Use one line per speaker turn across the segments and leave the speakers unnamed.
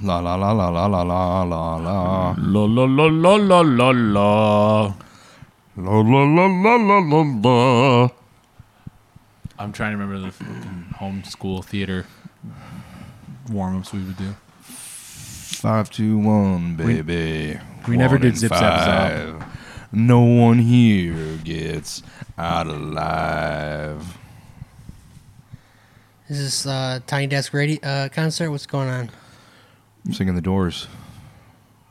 La la la la la la la la la.
La la la la la la la.
La la la la la la la.
I'm trying to remember the fucking homeschool theater warm ups we would do.
Five, two, one, baby.
we never
One
did
in
zip zap zap.
five. No one here gets out alive.
Is this uh, Tiny Desk Radio uh, concert? What's going on?
I'm singing the doors.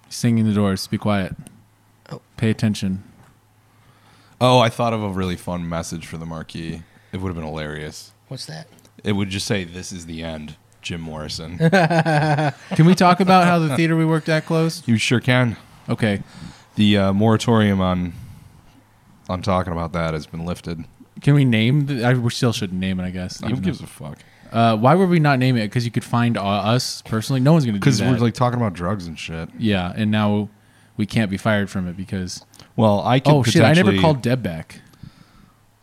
Singing the doors. Be quiet.
Oh.
Pay attention.
Oh, I thought of a really fun message for the marquee. It would have been hilarious.
What's that?
It would just say, This is the end, Jim Morrison.
Can we talk about how the theater we worked at closed?
you sure can.
Okay.
The uh, moratorium on on talking about that has been lifted.
Can we name? The, I, we still shouldn't name it, I guess.
Who
even
gives a fuck?
though- uh, why would we not name it? Because you could find uh, us personally. No one's going to do
Because
that.
we're like talking about drugs and shit.
yeah, and now we can't be fired from it because.
Well, I could.
Oh shit! I never
potentially-
called Deb back.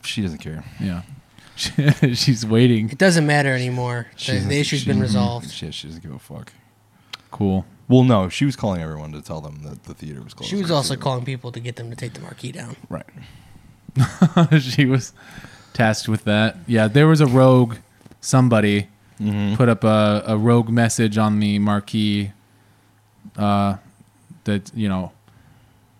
She doesn't care.
Yeah, she's waiting.
It doesn't matter anymore.
She
The,
doesn't-
the issue's
she-
been resolved.
Shit, she doesn't give a fuck.
Cool.
Well, no, she was calling everyone to tell them that the theater was closed.
She was also calling people to get them to take the marquee down.
Right.
she was tasked with that. Yeah, there was a rogue somebody
Mm-hmm.
put up a, a rogue message on the marquee uh, that you know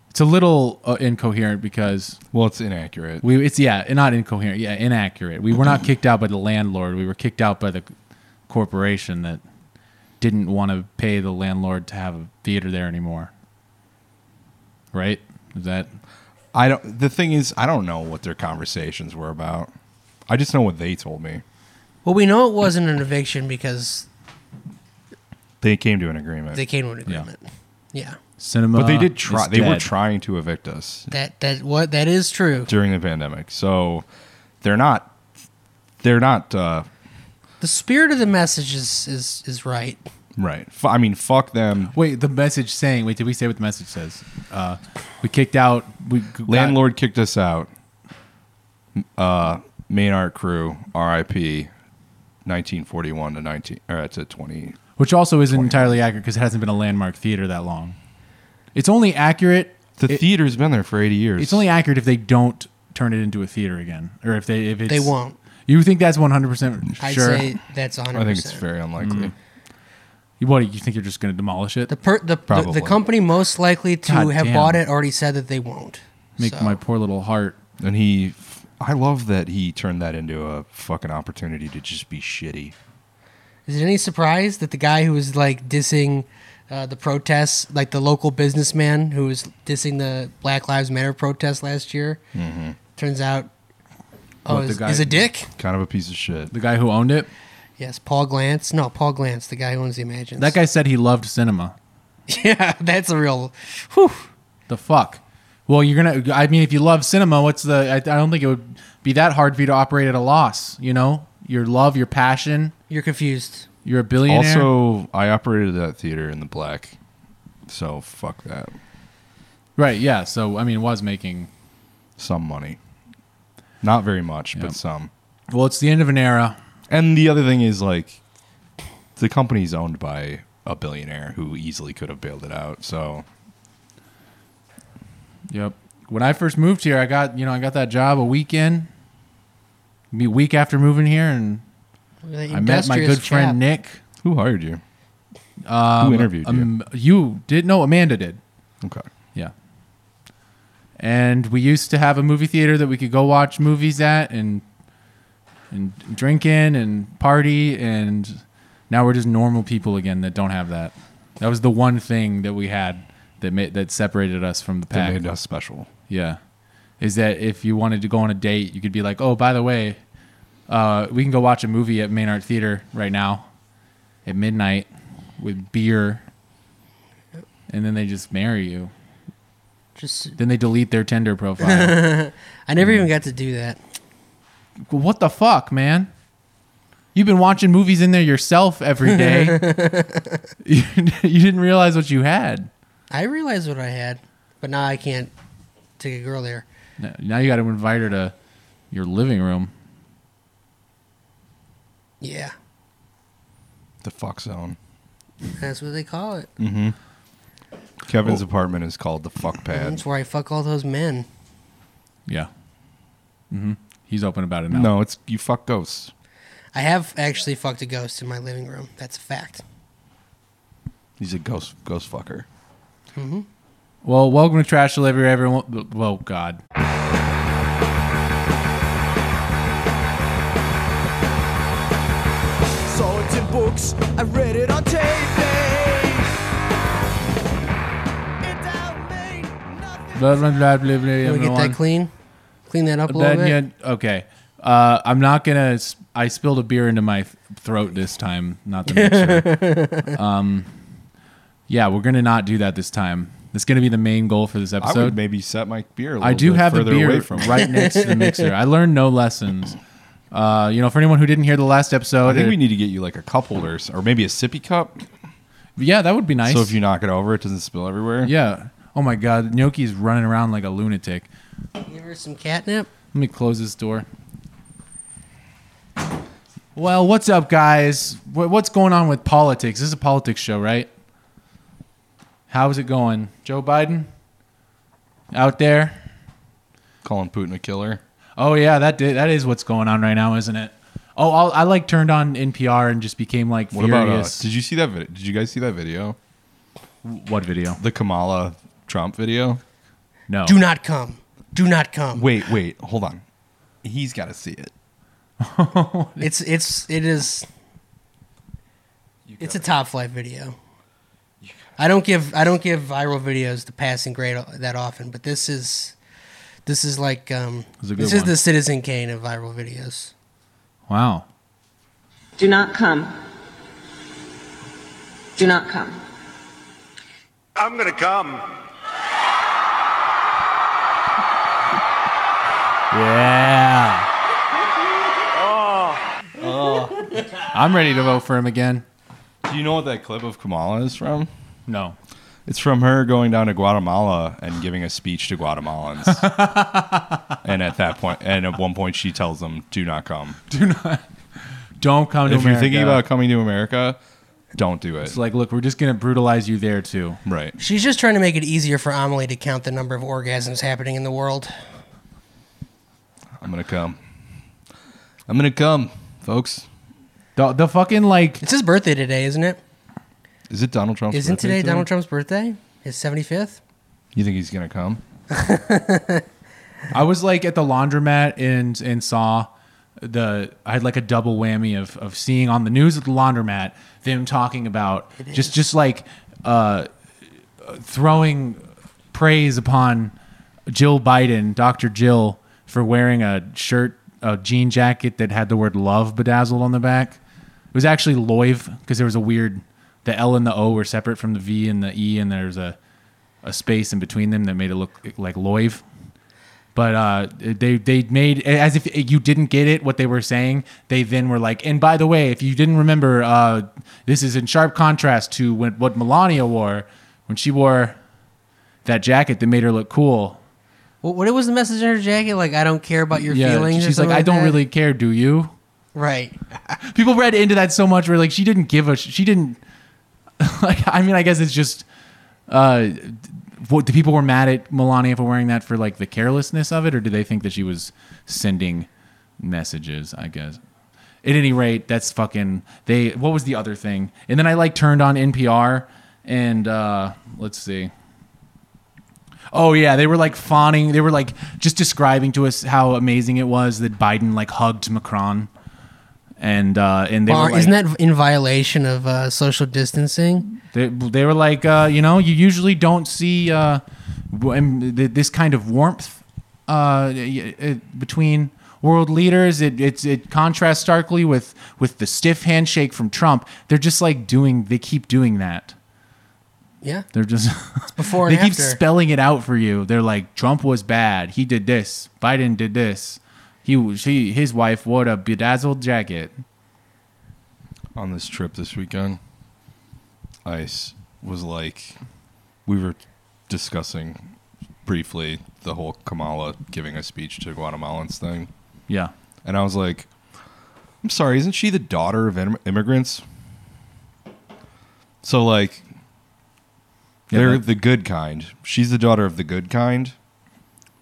it's a little uh, incoherent because
Well, it's inaccurate.
we it's yeah not incoherent yeah inaccurate. We were not kicked out by the landlord. We were kicked out by the corporation that didn't want to pay the landlord to have a theater there anymore. Right? Is that
I don't. The thing is, I don't know what their conversations were about. I just know what they told me.
Well, we know it wasn't an eviction because
They came to an agreement,
they came to an agreement. Yeah,
cinema?
but they did try.
is
They were
Uh, dead.
trying to evict us
that that what that is true.
during the pandemic, so they're not. They're not uh,
The spirit of the message is is is right.
right. F- I mean, fuck them.
Wait, the message saying. Wait, did we say what the message says? Uh, we kicked out. We g- got-
Landlord kicked us out. Uh, main art crew, R.I.P. 1941 to 19 or to 20.
which also isn't entirely accurate because it hasn't been a landmark theater that long. It's only accurate.
The
it-
theater's been there for 80 years.
it's only accurate if they don't turn it into a theater again, or if they if it's,
They won't.
You think that's one hundred percent
I'd
sure?
say that's 100.
I think it's very
Mm.
unlikely.
what you think you're just going to demolish it?
The, per, the, the
Probably.
the company most likely to
God
have
damn.
bought it already said that they won't.
Make
So,
my poor little heart.
And he, I love that he turned that into a fucking opportunity to just be shitty.
Is it any surprise that the guy who was like dissing uh, the protests, like the local businessman who was dissing the Black Lives Matter protest last year, turns out oh,
Mm-hmm. What, the
is,
guy-
is a dick?
Kind of a piece of shit.
The guy who owned it.
Yes, Paul Glantz. No, Paul Glantz, the guy who owns the Imagines.
That guy said he loved cinema.
Yeah, that's a real. Whew.
The fuck? Well, you're gonna. I mean, if you love cinema, what's the? I, I don't think it would be that hard for you to operate at a loss. You know, your love, your passion.
You're confused.
You're a billionaire.
Also, I operated that theater in the black. So fuck that.
right? Yeah. So I mean, was making.
Some money. Not very much,
Yeah.
but some.
Well, it's the end of an era.
And the other thing is like the company's owned by a billionaire who easily could have bailed it out. So
Yep. When I first moved here, I got you know I got that job a week in, be a week after moving here, and I met my good friend Nick.
who hired you?
Um,
interviewed you?
you? You did no Amanda did.
Okay.
Yeah. And we used to have a movie theater that we could go watch movies at and and drink in and party and now we're just normal people again that don't have that. That was the one thing that we had that made that separated us from the
That
pack.
made us special.
Yeah. Is that if you wanted to go on a date, you could be like, "Oh, by the way, uh, we can go watch a movie at Main Art Theater right now at midnight with beer." And then they just marry you.
Just,
Then they delete their Tinder profile.
I
Mm.
never even got to do that.
what the fuck, man? You've been watching movies in there yourself every day. you, you didn't realize what you had.
I realized what I had, but now I can't take a girl there.
Now- Now you got to invite her to your living room.
Yeah,
The fuck zone.
That's what they call it.
Kevin's
Oh.
apartment is called the fuck pad.
That's where I fuck all those men.
Yeah. hmm He's open about it now.
No, it's you fuck ghosts.
I have actually fucked a ghost in my living room. That's a fact.
He's a ghost ghost fucker.
Well, welcome to Trash Delivery, everyone. Well, God.
Saw it in books, I read it on tape. It don't mean nothing.
Blah, blah, blah, blah, blah,
Can we get
everyone.
that clean? Clean that up a little
Then
bit.
you okay. Uh, I'm not gonna. s- I spilled a beer into my th- throat this time, not the mixer. um, yeah, we're gonna not do that this time. That's gonna be the main goal for this
I would
episode.
maybe set my beer. A little
I do
bit
have the
further
beer
away from me.
right next to the mixer. I learned no lessons. Uh, you know, for anyone who didn't hear the last episode,
I think
it-
we need to get you like a cup holder s- or maybe a sippy cup.
yeah, that would be nice.
So if you knock it over, it doesn't spill everywhere.
yeah. Oh my God, Gnocchi's running around like a lunatic.
Give her some catnip.
Let me close this door. Well, what's up, guys? Wh- What's going on with politics? This is a politics show, right? How's it going? Joe Biden? Out there?
Calling Putin a killer.
Oh, yeah, that, di- that is what's going on right now, isn't it? Oh, I'll, I like turned on NPR and just became like
What
furious.
about uh, Did you see that video? Did you guys see that video?
what video?
The Kamala Trump video?
No.
Do not come. Do not come.
Wait, wait, hold on. He's got to see it.
It's it's it is. It's a top flight video. I don't give I don't give viral videos the passing grade o- that often, but this is this is like um
It's a good
this is
one.
the Citizen Kane of viral videos.
Wow.
Do not come. Do not come.
I'm gonna come.
Yeah. Oh. I'm ready to vote for him again.
Do you know what that clip of Kamala is from?
No.
It's from her going down to Guatemala and giving a speech to Guatemalans. and at that point, and at one point, she tells them, "Do not come.
Don't come to
if you're thinking
America.
about coming to America, don't do it."
It's like, look, we're just gonna brutalize you there too.
right.
She's just trying to make it easier for Amelie to count the number of orgasms happening in the world.
I'm gonna come. I'm gonna come, folks.
The, the fucking like
It's his birthday today, isn't it?
Is it Donald Trump's
Isn't
birthday
today Donald Trump's birthday? His seventy fifth.
You think he's gonna come?
I was like at the laundromat and and saw the I had like a double whammy of of seeing on the news at the laundromat them talking about just just like uh throwing praise upon Jill Biden, Dr. Jill for wearing a shirt a jean jacket that had the word love bedazzled on the back. It was actually Loiv because there was a weird the L and the O were separate from the V and the E and there's a a space in between them that made it look like Loiv. But uh, they they made as if you didn't get it what they were saying. They then were like, and by the way, if you didn't remember, uh, this is in sharp contrast to when, what Melania wore when she wore that jacket that made her look cool.
What, what was the message in her jacket? Like I don't care about your feelings. or
she's like,
something
I don't
that?
really care, do you?
right.
People read into that so much. Where like she didn't give a sh- she didn't like. I mean, I guess it's just uh, what the people were mad at Melania for wearing that for like the carelessness of it, or do they think that she was sending messages? I guess. At any rate, that's fucking they. What was the other thing? And then I like turned on NPR and uh, let's see. Oh yeah, they were like fawning. They were like just describing to us how amazing it was that Biden like hugged Macron, and uh, and they
Well,
were like,
isn't that in violation of uh, social distancing?
they, they were like, uh, you know, you usually don't see uh, w- em- th- this kind of warmth uh, y- y- between world leaders. It, it's it contrasts starkly with, with the stiff handshake from Trump. They're just like doing, they keep doing that.
Yeah.
They're just,
before
they
and
keep
after.
spelling it out for you. They're like, Trump was bad. He did this. Biden did this. He was, he, his wife wore a bedazzled jacket.
on this trip this weekend, Ice was like, we were discussing briefly the whole Kamala giving a speech to Guatemalans thing.
Yeah.
And I was like, I'm sorry, isn't she the daughter of im- immigrants? So like,
Yeah,
they're
that-
the good kind. She's the daughter of the good kind,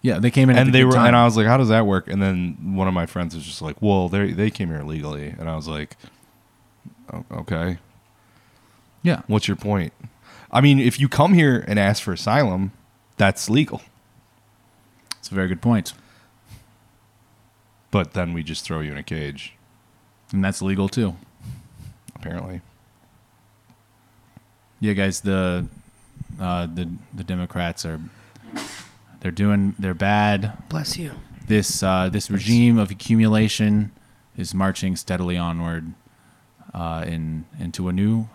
Yeah, they came in at
and
the
they
good
were.
time.
And I was like, how does that work? And then one of my friends was just like, well, they they came here legally, and I was like, "O- okay,
yeah,
what's your point? I mean, if you come here and ask for asylum, that's legal.
it's a very good point,
But then we just throw you in a cage,
and that's legal too.
apparently.
Yeah, guys, the uh, the the Democrats are they're doing they're bad.
Bless you.
This uh, this regime of accumulation is marching steadily onward uh, in into a new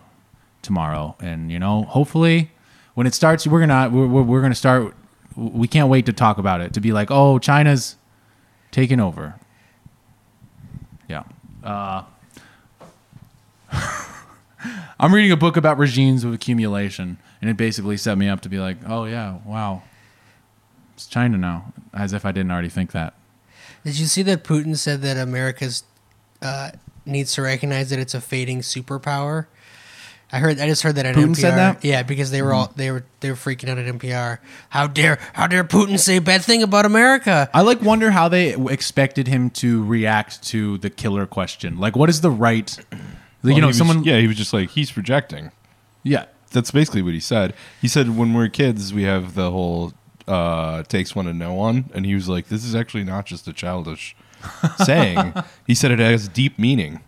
tomorrow, and you know, hopefully, when it starts, we're gonna we're, we're we're gonna start. We can't wait to talk about it to be like, oh, China's taking over. Yeah. Uh, I'm reading a book about regimes of accumulation, and it basically set me up to be like, oh yeah, wow, it's China now, as if I didn't already think that.
Did you see that Putin said that America's uh, needs to recognize that it's a fading superpower? I heard. I just heard that at
Putin
NPR.
said that? Mm.
Yeah, because they were all they were they were freaking out at NPR. How dare how dare Putin say a bad thing about America?
I like wonder how they w- expected him to react to the killer question. Like, what is the right? you
Well, he
know,
was-
someone.
yeah, he was just like he's projecting.
yeah.
That's basically what he said. He said when we're kids, we have the whole uh, takes one to know one, and he was like, this is actually not just a childish saying. he said it has deep meaning.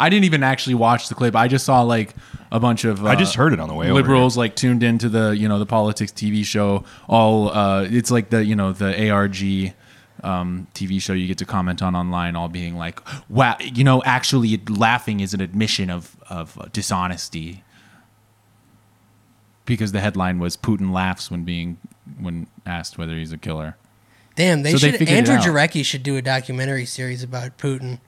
I didn't even actually watch the clip. I just saw like a bunch of uh,
I just heard it on the way over
liberals like tuned into the you know the politics TV show. All uh, it's like the you know the ARG um, TV show you get to comment on online. All being like, wow, you know, actually laughing is an admission of of dishonesty because the headline was Putin laughs when being when asked whether he's a killer.
Damn, they
So they
should.
figured it
Andrew
out.
Jarecki should do a documentary series about Putin,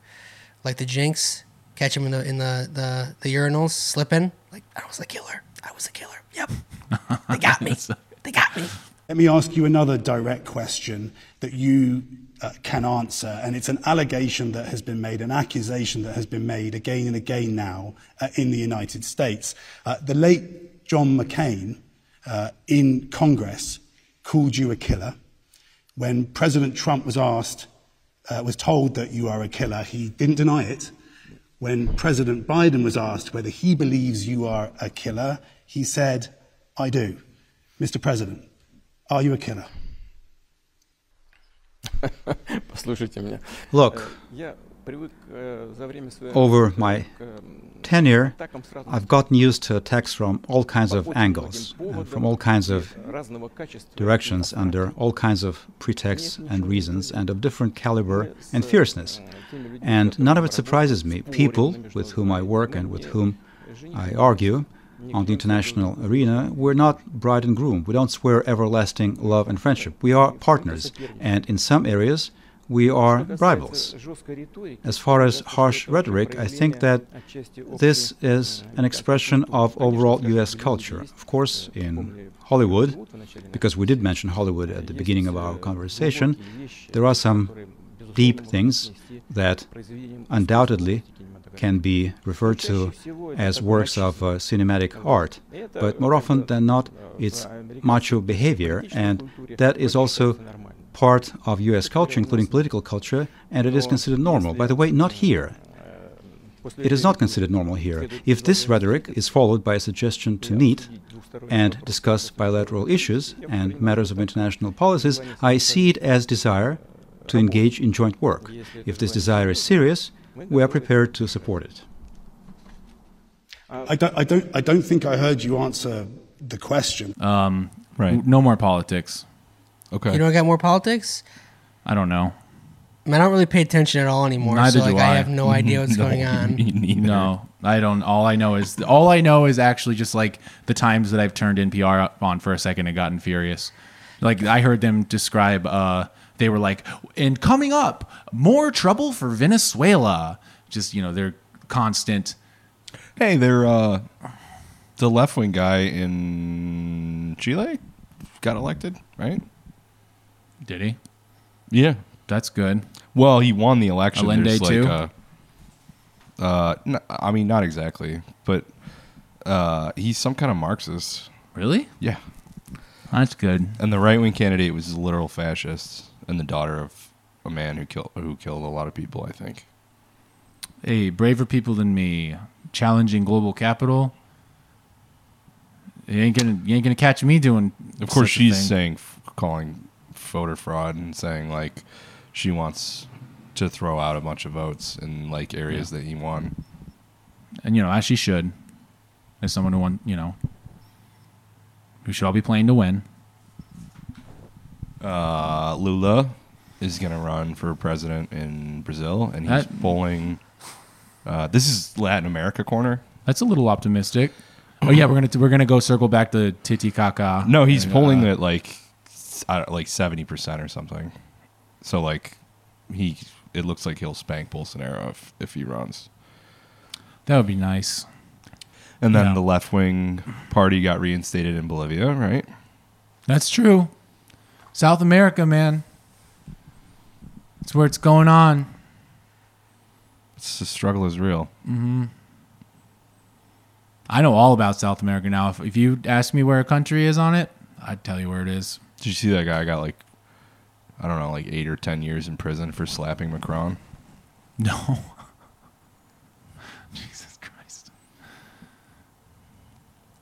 like the Jinx. Catch him in the in the the, the urinals slipping. Like I was a killer. I was a killer. Yep, they got me. They got me.
Let me ask you another direct question that you uh, can answer, and it's an allegation that has been made, an accusation that has been made again and again now uh, in the United States. Uh, the late John McCain uh, in Congress called you a killer. When President Trump was asked, uh, was told that you are a killer, he didn't deny it. When President Biden was asked whether he believes you are a killer, he said, I do. Mr. President, are you a killer?
Послушайте меня.
Look,
Я привык э, за время своей
over my tenure,
атакам с разных
I've gotten used to attacks from all kinds of
очень многим
angles, and from
поводом,
all kinds of
разного качества.
directions, under all kinds of pretexts and reasons, and of different caliber and
э,
fierceness. And none of it surprises me. People with whom I work and with whom I argue on the international arena, we're not bride and groom. We don't swear everlasting love and friendship. We are partners, and in some areas, we are rivals. As far as harsh rhetoric, I think that this is an expression of overall US culture. Of course, in Hollywood, because we did mention Hollywood at the beginning of our conversation, there are some deep things that undoubtedly can be referred to as works of uh, cinematic art, but more often than not, it's macho behavior, and that is also part of US culture, including political culture, and it is considered normal. By the way, not here. It is not considered normal here. If this rhetoric is followed by a suggestion to meet and discuss bilateral issues and matters of international policies, I see it as desire to engage in joint work. If this desire is serious, we are prepared to support it.
I don't, I don't, I don't think I heard you answer the question.
Uh,
Right.
No more politics.
Okay.
You know, I got more politics.
I don't know.
I, mean, I don't really pay attention at all anymore.
Neither
so like,
do
I.
I.
have no idea what's going on.
No, I don't. All I know is all I know is actually just like the times that I've turned NPR up on for a second and gotten furious. Like I heard them describe. Uh, they were like, and coming up, more trouble for Venezuela. Just you know, their constant.
Hey, they're uh, the left wing guy in Chile got elected, right?
Did he?
Yeah.
That's good.
Well, he won the election.
Allende,
There's
too?
Like a, uh, n- I mean, not exactly, but Uh, he's some kind of Marxist.
Really?
Yeah.
That's good.
And the right wing candidate was a literal fascist and the daughter of a man who killed who killed a lot of people, I think.
Hey, braver people than me, challenging global capital. You ain't gonna, you ain't gonna catch me doing.
Of course,
such a
she's
thing.
saying, f- calling voter fraud and saying like she wants to throw out a bunch of votes in like areas that he won.
and you know, as she should, as someone who won, you know, who should all be playing to win.
Uh, Lula is going to run for president in Brazil, and he's
That-
polling. Uh, this is Latin America corner.
That's a little optimistic. Oh yeah, we're gonna we're gonna go circle back to Titicaca.
No, he's
And,
polling
uh,
at like s- I don't- like seventy percent or something. So like he, it looks like he'll spank Bolsonaro if if he runs.
That would be nice.
And then
Yeah.
the left wing party got reinstated in Bolivia, right?
That's true. South America, man. It's where it's going on.
It's, the struggle is real.
I know all about South America now. If, if you ask me where a country is on it, I'd tell you where it is.
Did you see that guy got like, I don't know, like eight or ten years in prison for slapping Macron?
No. Jesus Christ.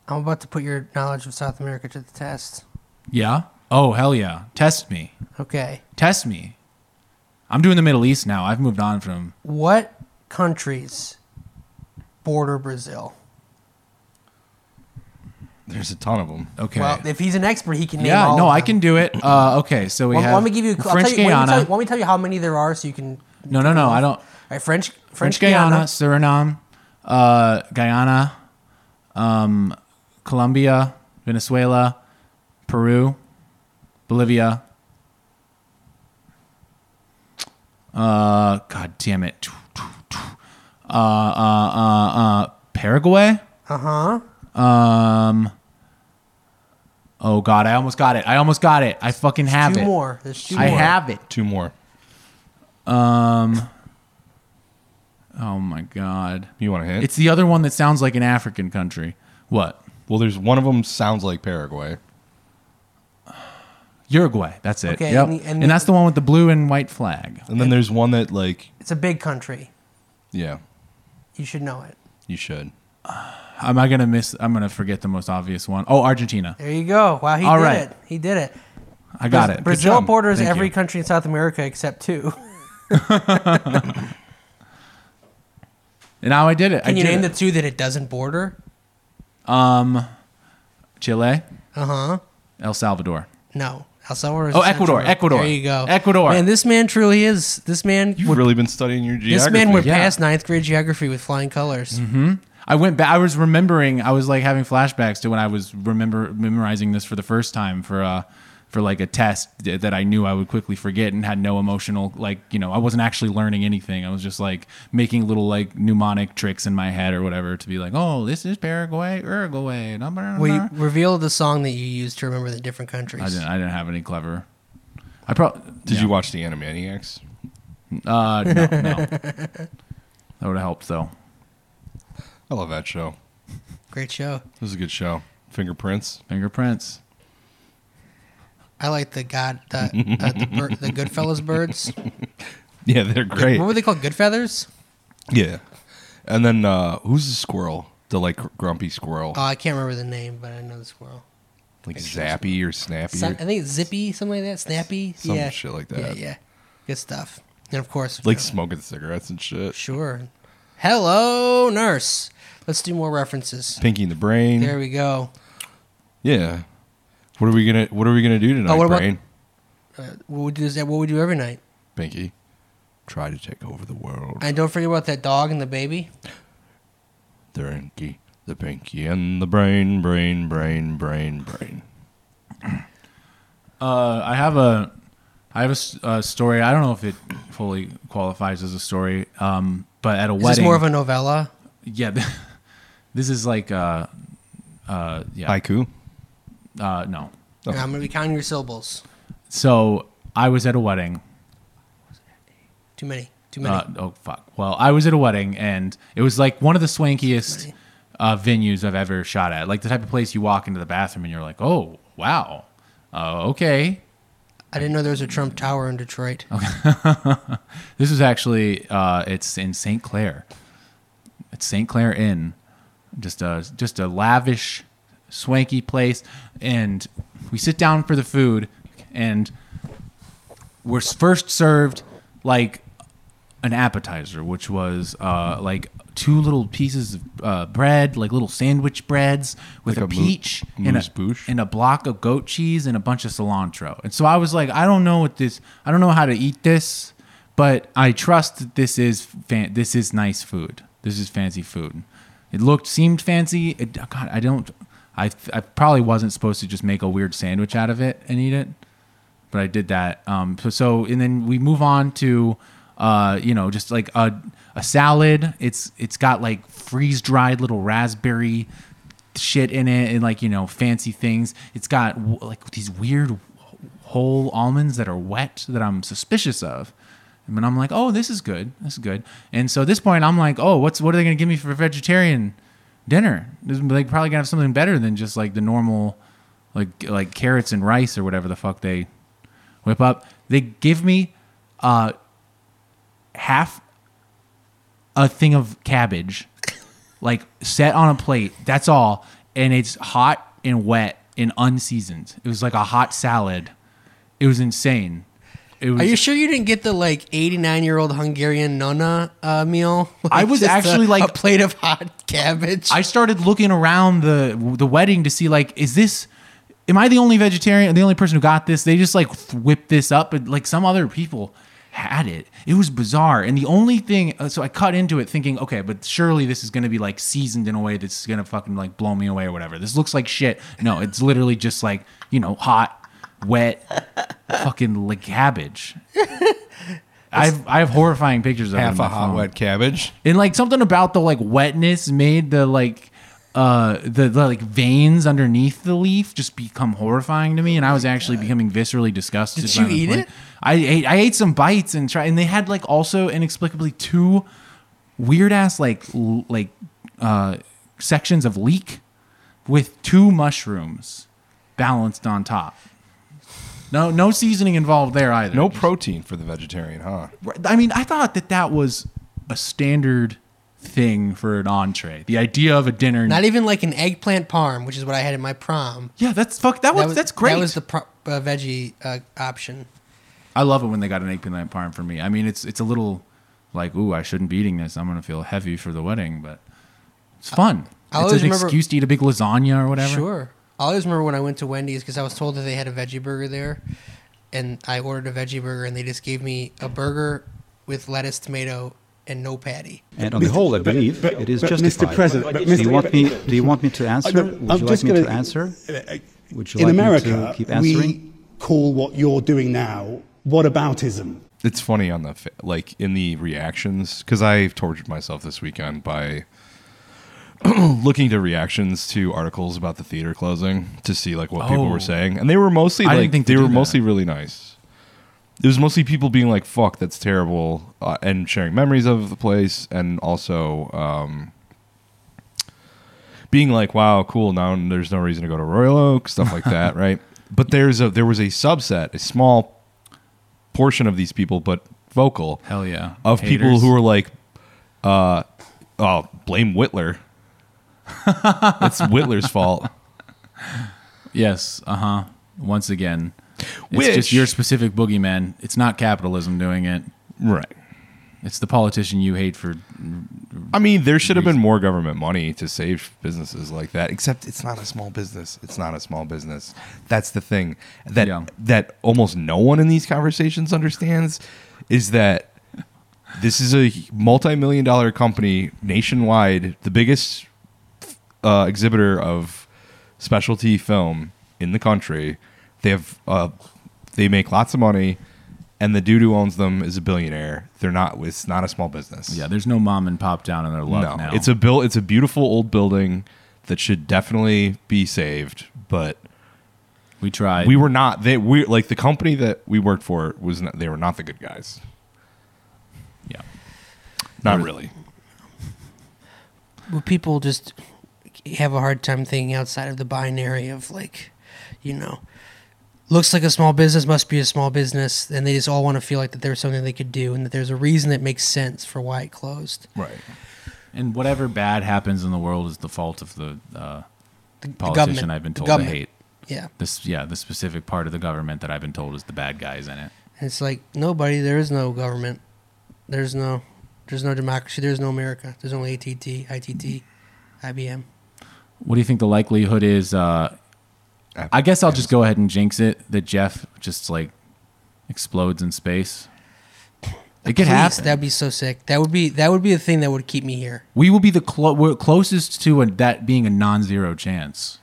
I'm about to put your knowledge of South America to the test.
Yeah? Oh, hell yeah. Test me.
Okay.
Test me. I'm doing the Middle East now. I've moved on from.
What countries border Brazil?
There's a ton of them.
Okay.
Well, if he's an expert, he can name
yeah,
all
no,
of
I
them.
can do it. Uh, okay, so we
Well,
have
let me give you. I'll
French
tell you, Let me tell
Guiana.
you, let me tell you how many there are, so you can.
No, no, no. I don't.
All right, French
French, Guiana, Suriname, uh, Guyana, um, Colombia, Venezuela, Peru, Bolivia. Uh, God damn it. Uh, uh, uh, uh, Paraguay?
Uh huh.
Um, oh, God. I almost got it. I almost got it. I fucking have
Two
it.
more. There's two
I
more.
have it.
Two more.
Oh, my God.
You want to hit?
It's the other one that sounds like an African country. What?
well, there's one of them sounds like Paraguay.
Uruguay. That's it.
Okay,
yep.
and
And,
the- and the-
that's the one with the blue and white flag.
And then there's one that, like,
It's a big country.
yeah,
You should know it.
you should.
Am I gonna miss? I'm gonna forget the most obvious one. Oh, Argentina.
There you go. Wow, he
All
did
right.
it. He did it.
I got it.
Brazil
job.
borders
Thank
every
you.
country in South America except two.
And now I did it.
Can
I
you
did
name
it.
the two that it doesn't border?
Chile,
Uh huh.
El Salvador.
No. El Salvador. Is
Oh,
a
Ecuador,
Central-
Ecuador,
There you go.
Ecuador.
Man, this man truly is. This man.
You've
would-
really been studying your geography.
this man would
Yeah. Mm-hmm.
pass ninth grade geography with flying colors.
I went back. I was remembering. I was like having flashbacks to when I was remember memorizing this for the first time for uh for like a test th- that I knew I would quickly forget and had no emotional like you know I wasn't actually learning anything. I was just like making little like mnemonic tricks in my head or whatever to be like, oh, this is Paraguay, Uruguay. blah, blah, blah,
Will
blah."
you reveal the song that you used to remember the different countries?
I didn't. I didn't have any clever. I probably
Did you watch the Animaniacs?
Uh, no, no. that would have helped though.
I love that show.
Great show.
It was a good show. Fingerprints.
Fingerprints.
I like the God, the, uh, the, bir- the Goodfellas birds.
Yeah, they're great.
What were they called? Good feathers?
Yeah. And then uh who's the squirrel? The like gr- grumpy squirrel,
Oh, I can't remember the name, but I know the squirrel.
like Zappy or Snappy,
Sun, I
or
think it's Zippy, something like that. Snappy,
Some
yeah,
shit like
Yeah,
that.
yeah, good stuff. And of course,
like
uh,
smoking cigarettes and shit.
sure. Hello, nurse. Let's do more references.
Pinky in the brain.
There we go. Oh,
yeah. What are we gonna What are we gonna do tonight,
what about-
brain?
Uh, What we do is that what we do every night.
Pinky, try to take over the world.
And don't forget about that dog and the baby.
The Pinky, the Pinky, and the brain, brain, brain, brain, brain.
Uh, I have a, I have a, s- a story. I don't know if it fully qualifies as a story. Um, but at a
Is
wedding.
this more of a novella?
yeah. th- This is like uh, uh, yeah.
Haiku.
Uh, no.
Oh.
And I'm gonna be counting your syllables.
So I was at a wedding.
Too many. Too many.
Uh, oh fuck. Well, I was at a wedding and it was like one of the swankiest uh, venues I've ever shot at. Like the type of place you walk into the bathroom and you're like, oh, wow. Uh, okay.
I didn't know there was a Trump Tower in Detroit.
This is actually, uh, it's in St. Clair. It's St. Clair Inn. Just a, just a lavish, swanky place. And we sit down for the food and we're first served like an appetizer, which was uh, like two little pieces of uh, bread, like little sandwich breads with
Like
a,
a moo-
peach and a
mousse bouche?
and a block of goat cheese and a bunch of cilantro. And so I was like, I don't know what this, I don't know how to eat this, but I trust that this is fan, this is nice food. This is fancy food. It looked seemed fancy. It, God, I don't. I, I probably wasn't supposed to just make a weird sandwich out of it and eat it but I did that. Um, so, so and then we move on to, uh, you know, just like a a salad. It's it's got like freeze dried little raspberry shit in it, and like you know fancy things. It's got w- like these weird whole almonds that are wet that I'm suspicious of. And then I'm like, oh, this is good. This is good. And so at this point, I'm like, oh, what's what are they gonna give me for vegetarian dinner? This- They probably gonna have something better than just like the normal, like like carrots and rice or whatever the fuck they whip up. They give me uh, half a thing of cabbage, like set on a plate. That's all, and it's hot and wet and unseasoned. It was like a hot salad. It was insane. It was,
Are you sure you didn't get the like 89 year old Hungarian nonna uh, meal?
I was
Just a-
actually, like-
a plate of hot cabbage.
I started looking around the the wedding to see like, is this? Am I the only vegetarian? The only person who got this? They just like whipped this up, and like some other people had it. It was bizarre. And the only thing, uh, so I cut into it thinking, okay, but surely this is going to be like seasoned in a way that's going to fucking like blow me away or whatever. This looks like shit. No, it's literally just like you know, hot, wet, fucking like cabbage. I have, I have horrifying pictures of it. on
Half
my
a hot
phone
wet cabbage.
and like something about the like wetness made the like uh the, the like veins underneath the leaf just become horrifying to me and i was actually becoming viscerally disgusted
Did
by
you
the
eat
plant.
it?
i ate i ate some bites and try and they had like also inexplicably two weird ass like l- like uh sections of leek with two mushrooms balanced on top no no seasoning involved there either
No
Just-
protein for the vegetarian, huh?
Right. I mean, I thought that that was a standard thing for an entree. The idea of a dinner.
Not even like an eggplant parm, which is what I had in my prom.
yeah, that's fuck. That, was, that's great.
That was the pro- uh, veggie uh, option.
I love it when they got an eggplant parm for me. I mean, it's it's a little like, ooh, I shouldn't be eating this. I'm gonna feel heavy for the wedding, but it's fun.
I
it's
always
an
remember-
excuse to eat a big lasagna or whatever.
Sure. I always remember when I went to Wendy's because I was told that they had a veggie burger there, and I ordered a veggie burger, and they just gave me a burger with lettuce, tomato, and no patty.
And on the whole, I believe
but-
it is
but Mr.
justified.
President, but
do you
Mr.
want me? Do you want me to answer?
no,
Would
I'm
you like
just
me to
gonna-
answer? Would you
in
like
America,
me to keep
we
answering?
call what you're doing now whataboutism.
It's funny on the fa- like in the reactions because I tortured myself this weekend by looking to reactions to articles about the theater closing to see like what people
Oh.
were saying, and they were mostly
I
like
didn't think to
they
do
were
that.
mostly really nice. It was mostly people being like, "Fuck, that's terrible," uh, and sharing memories of the place, and also um, being like, "Wow, cool." Now there's no reason to go to Royal Oak, stuff like that, right? But there's a there was a subset, a small portion of these people, but vocal.
Hell yeah.
Of people
Haters.
who are like, uh, oh, blame Whitler. it's Whitler's fault.
Yes. Uh huh. Once again, it's just
Which-
your specific boogeyman. It's not capitalism doing it.
Right.
It's the politician you hate for
I mean, there should have been more government money to save businesses like that. Except it's not a small business. It's not a small business. That's the thing that
Yeah.
that almost no one in these conversations understands is that this is a multi-million dollar company nationwide, the biggest uh, exhibitor of specialty film in the country. They have uh, they make lots of money, and the dude who owns them is a billionaire. They're not. It's not a small business.
Yeah, there's no mom and pop down in their luck
no,
now.
it's a built. It's a beautiful old building that should definitely be saved. But
we tried.
we were not. They we like the company that we worked for was. Not, they were not the good guys.
yeah.
Not really.
Well, people just have a hard time thinking outside of the binary of like, you know, looks like a small business must be a small business, and they just all want to feel like that there's something they could do and that there's a reason that makes sense for why it closed.
Right.
And whatever bad happens in the world is the fault of the uh, politician
government.
I've been
The
told to
government.
hate.
Yeah,
This, yeah, the specific part of the government that I've been told is the bad guys in it.
and it's like nobody. There is no government. There's no. There's no democracy. There's no America. There's only ATT, ITT, IBM.
What do you think the likelihood is? Uh, I guess I'll just go ahead and jinx it that Jeff just like explodes in space. It could
Please,
happen.
That'd be so sick. That would be that would be the thing that would keep me here.
we will be the clo- we're closest to a, that being a non-zero chance.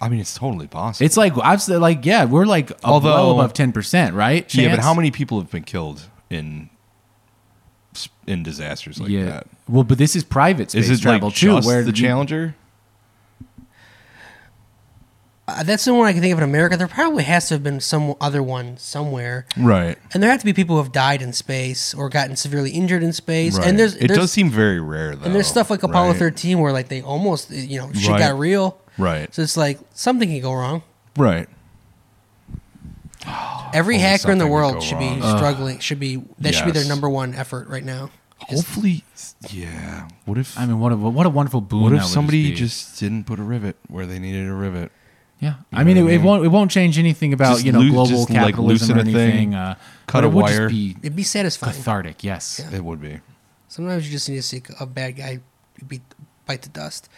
I mean, it's totally possible.
It's like I've said, like yeah, we're like ab-
Although-
well above ten percent, right?
yeah, but
Chance?
how many people have been killed in s- in disasters like
yeah.
that?
Well, but this is private space
Is it
travel
like
too,
just
where
the
you-
Challenger?
Uh, that's the one I can think of in America. There probably has to have been some other one somewhere,
Right.
and there have to be people who have died in space or gotten severely injured in space.
Right.
And there's,
it
there's-
does seem very rare though.
and there's stuff like Apollo
right?
13 where like they almost eh, you know shit
Right.
got real.
Right.
So it's like something can go wrong.
Right.
Every
Always
hacker in the
something can
world
go
should
wrong.
be struggling. Should be that should be their
Yes.
number one effort right now.
Hopefully, yeah. What if?
I mean, what a what a wonderful boon.
what
that
if
would
somebody
be.
just, didn't put a rivet where they needed a rivet?
yeah?
you
I mean,
know
it,
what I
it
mean?
won't it won't change anything about
Just
you know
loo-
global
just, like,
capitalism
loosen
or
a thing,
anything. uh,
cut
but
a
it would just
wire.
be
It'd be satisfying.
cathartic. Yes.
It would be.
Sometimes you just need to see a bad guy be bite the dust.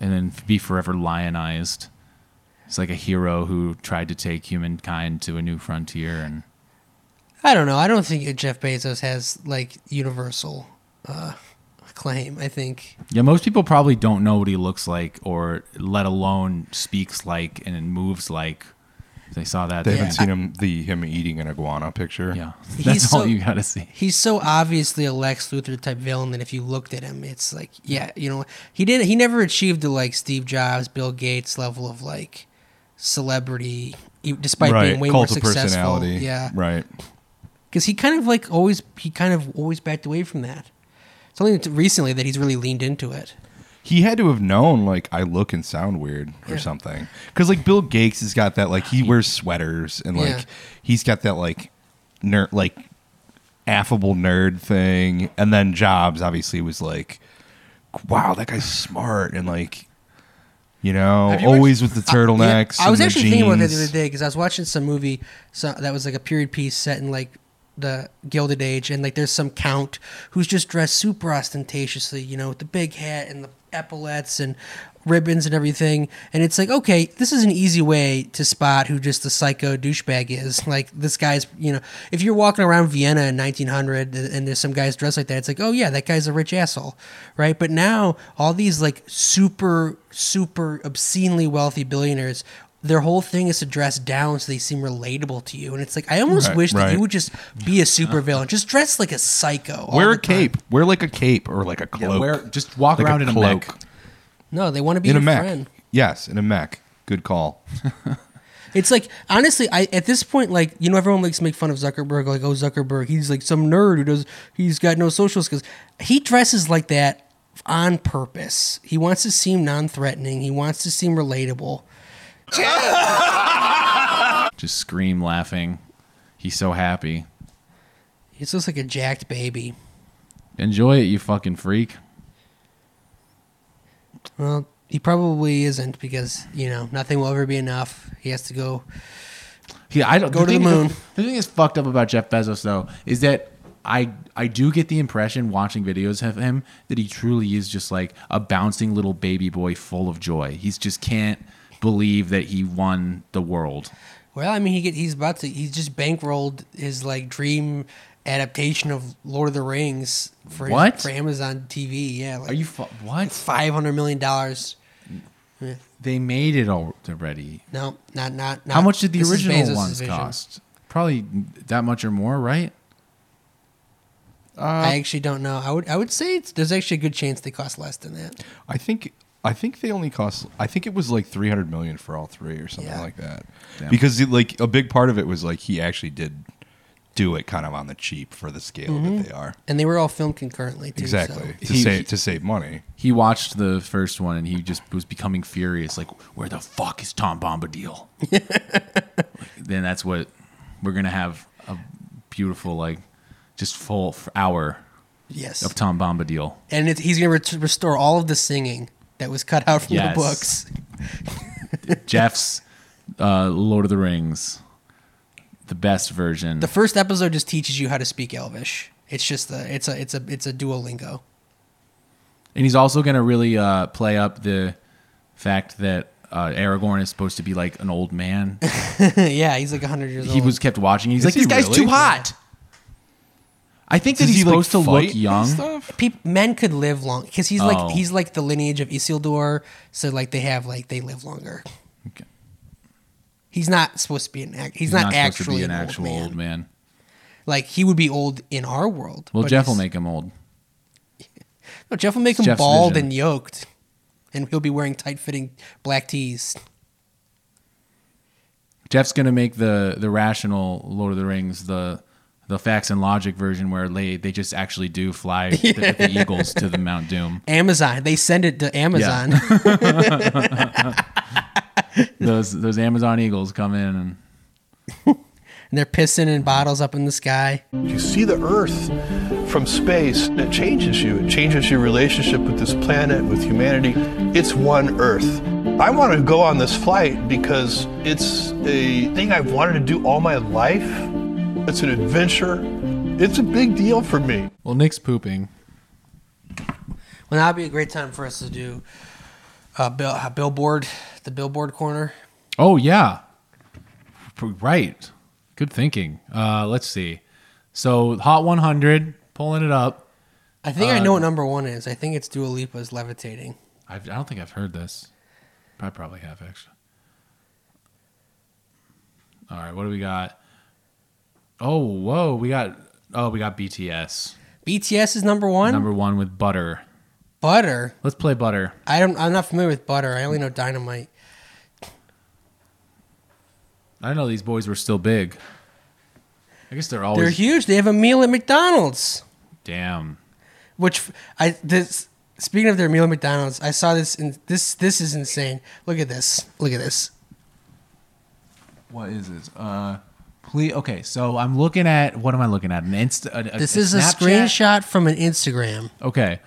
and then f- be forever lionized. It's like a hero who tried to take humankind to a new frontier, and
I don't know. I don't think Jeff Bezos has like universal uh, acclaim. I think
yeah, most people probably don't know what he looks like, or let alone speaks like and moves like. If they saw that.
They
then-
haven't seen him the him eating an iguana picture.
yeah,
He's
that's all
so-
you gotta see.
he's so obviously a Lex Luthor type villain that if you looked at him, it's like yeah, you know, he didn't. He never achieved the like Steve Jobs, Bill Gates level of like celebrity, e- despite being way more
Cult of
successful.
personality.
Yeah,
Right.
because he kind of like always he kind of always backed away from that. It's only t- recently that he's really leaned into it.
He had to have known like I look and sound weird or
Yeah.
something. Because like Bill Gates has got that like he wears sweaters and like
Yeah.
he's got that like nerd like affable nerd thing. And then Jobs obviously was like, wow, that guy's smart and like you know always with the turtlenecks.
Yeah, I was
and the
actually thinking about that the
jeans.
other day because I was watching some movie so, that was like a period piece set in like the Gilded Age, and like there's some count who's just dressed super ostentatiously, you know, with the big hat and the epaulettes and ribbons and everything. And it's like, okay, this is an easy way to spot who just the psycho douchebag is. Like this guy's, you know, if you're walking around Vienna in 1900 and and there's some guys dressed like that, it's like, oh yeah, that guy's a rich asshole, right? But now all these like super, super obscenely wealthy billionaires. Their whole thing is to dress down so they seem relatable to you, and it's like I almost
Right,
wish that
right.
you would just be a supervillain, just dress like a psycho. all
Wear
the
a
time.
cape. Wear like a cape or like a
Yeah,
cloak.
wear- just walk
Like
around in a mech.
cloak.
No, they want to be
In a
your
mech.
friend.
Yes, in a mech. Good call.
It's like honestly, I at this point, like you know, everyone likes to make fun of Zuckerberg, like oh Zuckerberg, he's like some nerd who does, he's got no social skills. He dresses like that on purpose. He wants to seem non-threatening. He wants to seem relatable.
Just scream laughing. He's so happy.
He's just like a jacked baby.
Enjoy it, you fucking freak.
Well, he probably isn't because you know nothing will ever be enough. He has to go.
He, I don't
Go to the
thing-
moon.
The thing that's fucked up about Jeff Bezos though is that I I do get the impression watching videos of him that he truly is just like a bouncing little baby boy full of joy. He's just can't believe that he won the world.
Well, I mean, he get he's about to. He's just bankrolled his like dream adaptation of Lord of the Rings for his-
What?
for Amazon TV. Yeah, like
Are you fu- what?
five hundred million dollars.
They made it al- already.
No, not not. not
How much did the
this is
original
Bezos'
ones
vision.
cost? Probably that much or more, right?
I actually don't know. I would I would say it's, there's actually a good chance they cost less than that.
I think I think they only cost. I think it was like three hundred million for all three or something
Yeah.
like that.
Damn.
Because it, like a big part of it was like he actually did do it kind of on the cheap for the scale that they are.
And they were all filmed concurrently, too. Mm-hmm. so-
Exactly. To
He-
save to save money.
He watched the first one and he just was becoming furious. Like, where the fuck is Tom Bombadil? then that's what we're gonna have a beautiful like just full f- hour
Yes.
of Tom Bombadil.
and it, he's going to restore all of the singing that was cut out from
Yes.
the books.
Jeff's uh, Lord of the Rings, the best version.
The first episode just teaches you how to speak Elvish. It's just a, it's a, it's a, it's a Duolingo.
And he's also going to really uh, play up the fact that uh, Aragorn is supposed to be like an old man.
yeah, he's like hundred years old.
He was kept watching. He's like,
he
this guy's
really?
too hot. I think that
Does
he's
he, like,
supposed to
fight
look
and
young.
stuff?
Peop men could live long because he's
Oh.
like he's like the lineage of Isildur, so like they have like they live longer.
Okay.
He's not supposed to be an act. He's,
He's
not,
supposed to
actually
be
an, old, man.
old man.
Like he would be old in our world.
Well,
but
Jeff will
he's-
make him old.
no, Jeff will make him
Jeff's
bald
vision.
and yoked, and he'll be wearing tight fitting black tees.
Jeff's going to make the the rational Lord of the Rings the the facts and logic version where they they just actually do fly the, the eagles to the Mount Doom.
Amazon. They send it to Amazon.
Those those Amazon eagles come in and
and they're pissing in bottles up in the sky.
You see the Earth from space, and it changes you. It changes your relationship with this planet, with humanity. It's one Earth. I want to go on this flight because it's a thing I've wanted to do all my life. It's an adventure. It's a big deal for me.
well, Nick's pooping.
Well, that'd be a great time for us to do a, bill, a billboard, the billboard corner.
Oh yeah, P- right. Good thinking. Uh, let's see. So Hot 100, pulling it up.
I think I know
Um,
what number one is. I think it's Dua Lipa's levitating.
I've, I don't think I've heard this. I probably have actually. All right, what do we got? Oh whoa, we got oh we got BTS
BTS is number one.
number one with Butter.
butter.
Let's play Butter.
I don't. I'm not familiar with butter. I only know dynamite.
I didn't know these boys were still big. I guess they're always
They're huge. They have a meal at McDonald's.
damn.
Which I this. Speaking of their meal at McDonald's, I saw this. In, this this is insane. Look at this. Look at this.
What is this? Uh, please. Okay, so I'm looking at what am I looking at? An insta. A, a-
This is a
Snapchat?
screenshot from an Instagram.
Okay.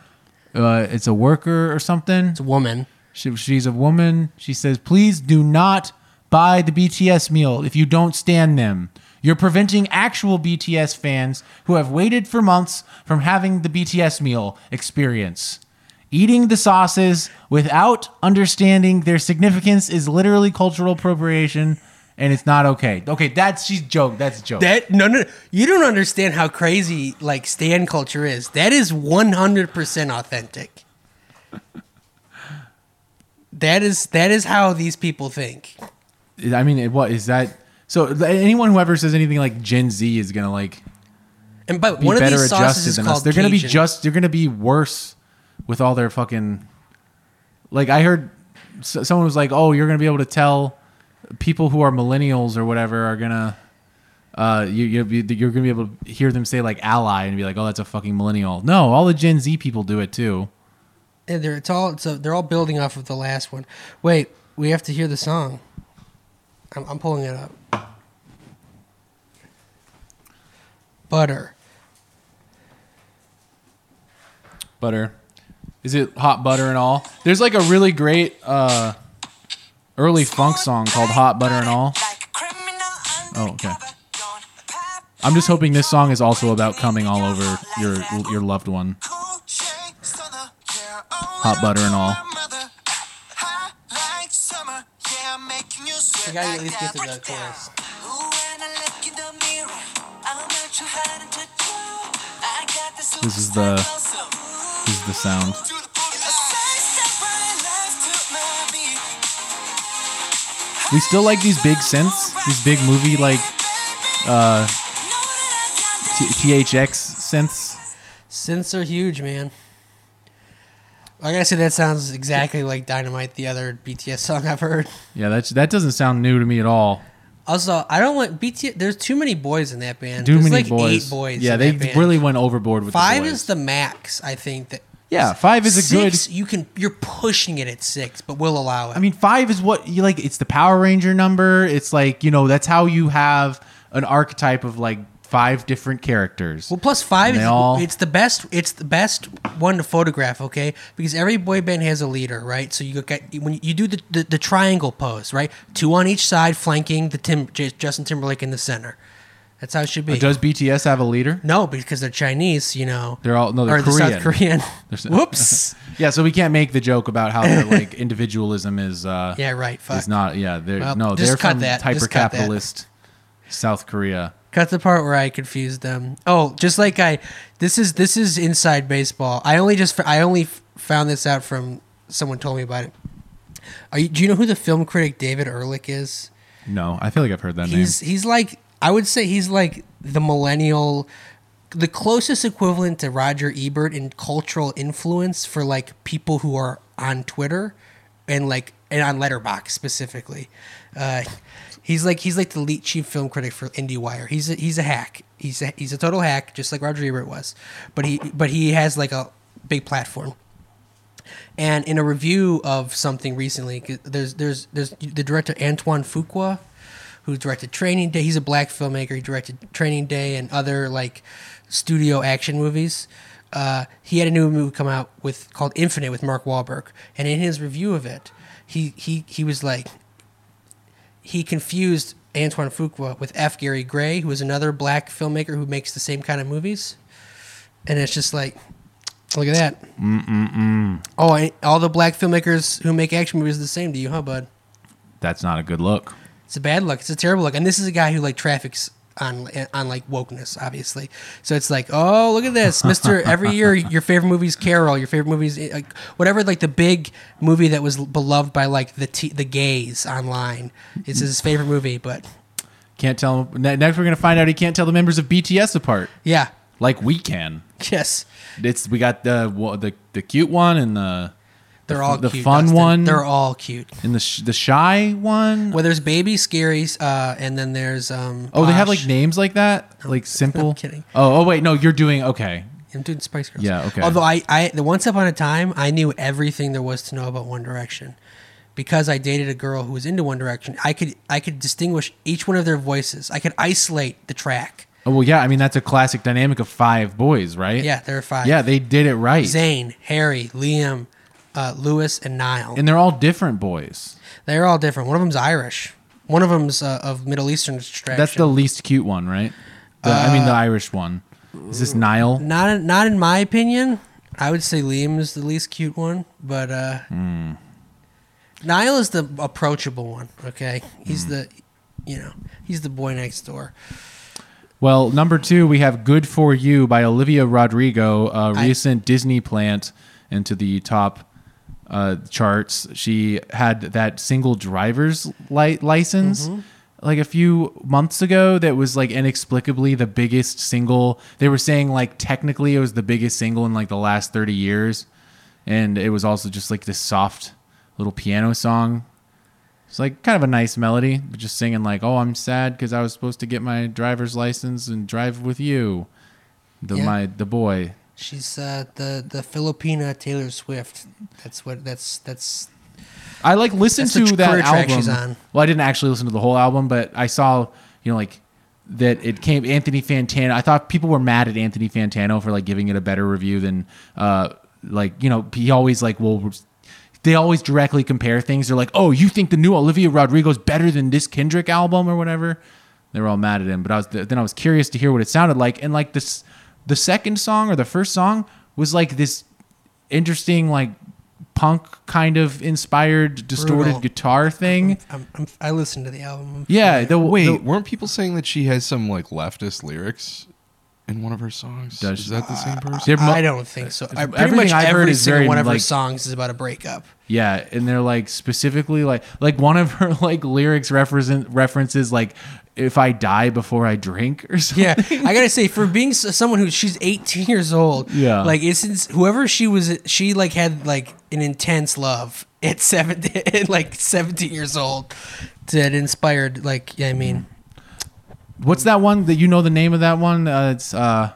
Uh, it's a worker or something.
It's a woman.
She, she's a woman. She says, please do not buy the BTS meal if you don't stand them. You're preventing actual BTS fans who have waited for months from having the BTS meal experience. Eating the sauces without understanding their significance is literally cultural appropriation, and it's not okay. Okay, that's she's joke. That's a joke.
That no no you don't understand how crazy like stand culture is. That is one hundred percent authentic. That is that is how these people think.
I mean, it, what is that? So anyone who ever says anything like Gen Z is gonna like
And but
be
one of
better
these sauces
adjusted
is
than us.
called
They're gonna be
Cajun.
just. They're gonna be worse with all their fucking. Like I heard, s- someone was like, "Oh, you're gonna be able to tell people who are millennials or whatever are gonna." Uh, you, you'll be, you're gonna be able to hear them say like ally and be like, oh, that's a fucking millennial. No, all the Gen Z people do it too.
And they're it's all so they're all building off of the last one. Wait, we have to hear the song. I'm, I'm pulling it up. Butter.
butter. Is it hot butter and all? There's like a really great uh, early funk song called Hot Butter and All. Oh, okay. I'm just hoping this song is also about coming all over your your loved one. oh,
Hot butter and all.
We gotta at least get to the chorus.
This is the this is the sound. We still like these big synths, these big movie like uh, T- THX synths.
Synths are huge, man. I gotta say that sounds exactly like Dynamite, the other BTS song I've heard.
Yeah, that that doesn't sound new to me at all.
Also, I don't want BT. There's too many boys in that band.
Too
there's
many
like
boys.
Eight boys.
Yeah,
in
they
that band.
really went overboard with the
five
boys.
is the max. I think that.
Yeah, five is a
Six, You can you're pushing it at six, but we'll allow it.
I mean, five is what you like. It's the Power Ranger number. It's like you know that's how you have an archetype of like five different characters. Well,
Plus five
And they
is
all-
it's the best it's the best one to photograph, okay? Because every boy band has a leader, right? So you look at when you do the, the, the triangle pose, right? Two on each side flanking the Tim J- Justin Timberlake in the center. That's how it should be.
does BTS have a leader?
no, because they're Chinese, you know.
They're all no, they're
or the
Korean.
South Korean.
There's-
Whoops.
yeah, so we can't make the joke about how their like individualism is. Uh,
Yeah, right, fuck.
It's not. Yeah, they're
Well,
no.
just
They're
cut
from
that,
hyper
just cut that.
capitalist South Korea.
Cut the part where I confused them. Oh, just like I, this is this is inside baseball. I only just I only f- found this out from someone told me about it. Are you, do you know who the film critic David Ehrlich is?
No, I feel like I've heard that
He's
name.
he's like I would say he's like the millennial, the closest equivalent to Roger Ebert in cultural influence for like people who are on Twitter, and like and on Letterbox specifically. Uh, he's like he's like the lead chief film critic for IndieWire. He's a, he's a hack. He's a, he's a total hack, just like Roger Ebert was. But he but he has like a big platform. And in a review of something recently, 'cause there's there's there's the director Antoine Fuqua, who directed Training Day. He's a black filmmaker. He directed Training Day and other like studio action movies. Uh, he had a new movie come out with called Infinite with Mark Wahlberg, and in his review of it, he he he was like he confused Antoine Fuqua with F. Gary Gray, who is another black filmmaker who makes the same kind of movies. And it's just like, look at that.
Mm mm mm.
Oh, I, all the black filmmakers who make action movies are the same to you, huh, bud?
That's not a good look.
It's a bad look. It's a terrible look. And this is a guy who like traffics on on like wokeness, obviously. So it's like, oh, look at this, Mister. Every year, your favorite movie's Carol. Your favorite movie's eh, like whatever, like the big movie that was beloved by like the t- the gays online. It's his favorite movie, but
Can't tell. ne- Next, we're gonna find out he can't tell the members of BTS apart.
Yeah.
like we can.
Yes.
It's we got the wa- the the cute one and the
They're
the, fu-
all
the
cute,
fun
Dustin.
one.
They're all cute.
and the sh- the shy one.
Well, there's baby scaries, uh, and then there's um.
Oh, they have
Bosh.
like names like that, like simple.
kidding.
Oh, oh wait, no, you're doing okay.
I'm doing Spice Girls.
Yeah, okay.
Although I, I, the once upon a time, I knew everything there was to know about One Direction, because I dated a girl who was into One Direction. I could, I could distinguish each one of their voices. I could isolate the track.
Oh well, yeah. I mean, that's a classic dynamic of five boys, right?
Yeah, there are five.
Yeah, they did it right,
Zane, Harry, Liam, uh, Lewis, and Niall.
and they're all different boys.
They're all different. One of them's Irish. One of them's uh, of Middle Eastern extraction.
That's the least cute one, right? The, I mean, the
Uh,
Irish one. Is this Nile?
not, not in my opinion. I would say Liam is the least cute one, but uh,
Hmm.
Niall is the approachable one. Okay, he's
Hmm.
the, you know, he's the boy next door.
Well, number two, we have "Good for You" by Olivia Rodrigo, a
I-
recent Disney plant into the top uh, charts. She had that single driver's li- license
Mhm.
like a few months ago. That was like inexplicably the biggest single. They were saying like technically it was the biggest single in like the last thirty years, and it was also just like this soft little piano song it's like kind of a nice melody, but just singing like, "Oh, I'm sad because I was supposed to get my driver's license and drive with you, the
Yeah.
my the boy."
She's uh, the the Filipina Taylor Swift. That's what. That's that's.
I like listened
That's the
to that
career track
album.
she's on.
Well, I didn't actually listen to the whole album, but I saw you know like that it came Anthony Fantano. I thought people were mad at Anthony Fantano for like giving it a better review than uh like you know he always like well they always directly compare things. They're like, "Oh, you think the new Olivia Rodrigo's better than this Kendrick album or whatever?" They were all mad at him, but I was then I was curious to hear what it sounded like. And like this, the second song or the first song was like this interesting like punk kind of inspired distorted
Brutal.
guitar thing.
I'm, I'm, I listened to the album.
Yeah, the
Wait,
the-
weren't people saying that she has some like leftist lyrics in one of her songs? Is that the
Uh,
same person?
I don't think so. I, pretty
everything
much
I've heard
every
is
single
very,
one of her
like-
songs is about a breakup.
Yeah, and they're like specifically like like one of her like lyrics represent references like if I die before I drink or something.
Yeah, I gotta say, for being s- someone who she's 18 years old,
Yeah.
like it's it's- whoever she was, she like had like an intense love at seven, at like seventeen years old, that inspired. Like, yeah, I mean,
Mm. What's that one that you know the name of that one? Uh, it's uh,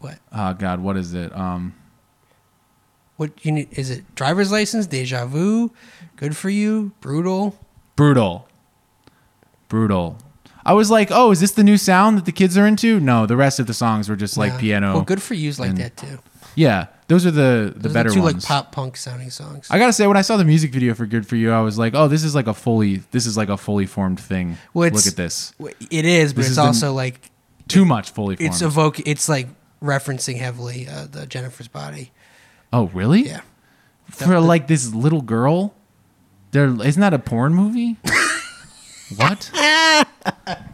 what? Oh God, what is it? Um,
what you need is it driver's license, deja vu, good for you, brutal.
brutal, brutal. I was like, oh, is this the new sound that the kids are into? No, the rest of the songs were just like
Yeah.
piano.
Well, good for you's like
and-
that too.
Yeah, those are the the
Those
better
are two
ones.
like pop punk sounding songs.
I gotta say, when I saw the music video for "Good for You," I was like, "Oh, this is like a fully, this is like a fully formed thing."
Well, it's-
Look at this.
w- It is, but
This
it's
is the-
also like
Too much fully formed.
it's evoke. It's like referencing heavily uh, the Jennifer's body.
oh, really?
Yeah.
For like this little girl, there isn't that a porn movie? what?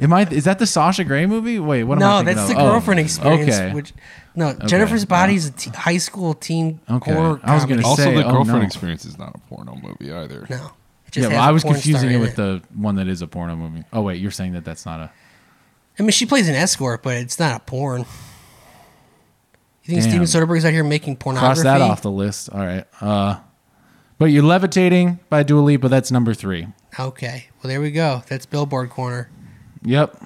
Am I? Is that the Sasha Grey movie? Wait, what am I
no,
thinking
that's
of?
the
Oh,
girlfriend experience.
Okay.
Which no,
Okay,
Jennifer's
yeah.
Body is a te- high school teen
Okay,
horror.
I was gonna
comedy.
Also,
say,
the
oh,
girlfriend
no.
experience is not a porno movie either.
No. It just
yeah, well,
has
I
a
was
porn star
confusing it
in
with the one that is a porno movie. Oh wait, you're saying that that's not a.
I mean, she plays an escort, but it's not a porn. You think
Damn.
Steven Soderbergh's out here making
Cross
pornography?
that off the list. All right. Uh, but you're levitating by Dua Lipa. That's number three.
Okay. Well, there we go. That's Billboard Corner.
Yep.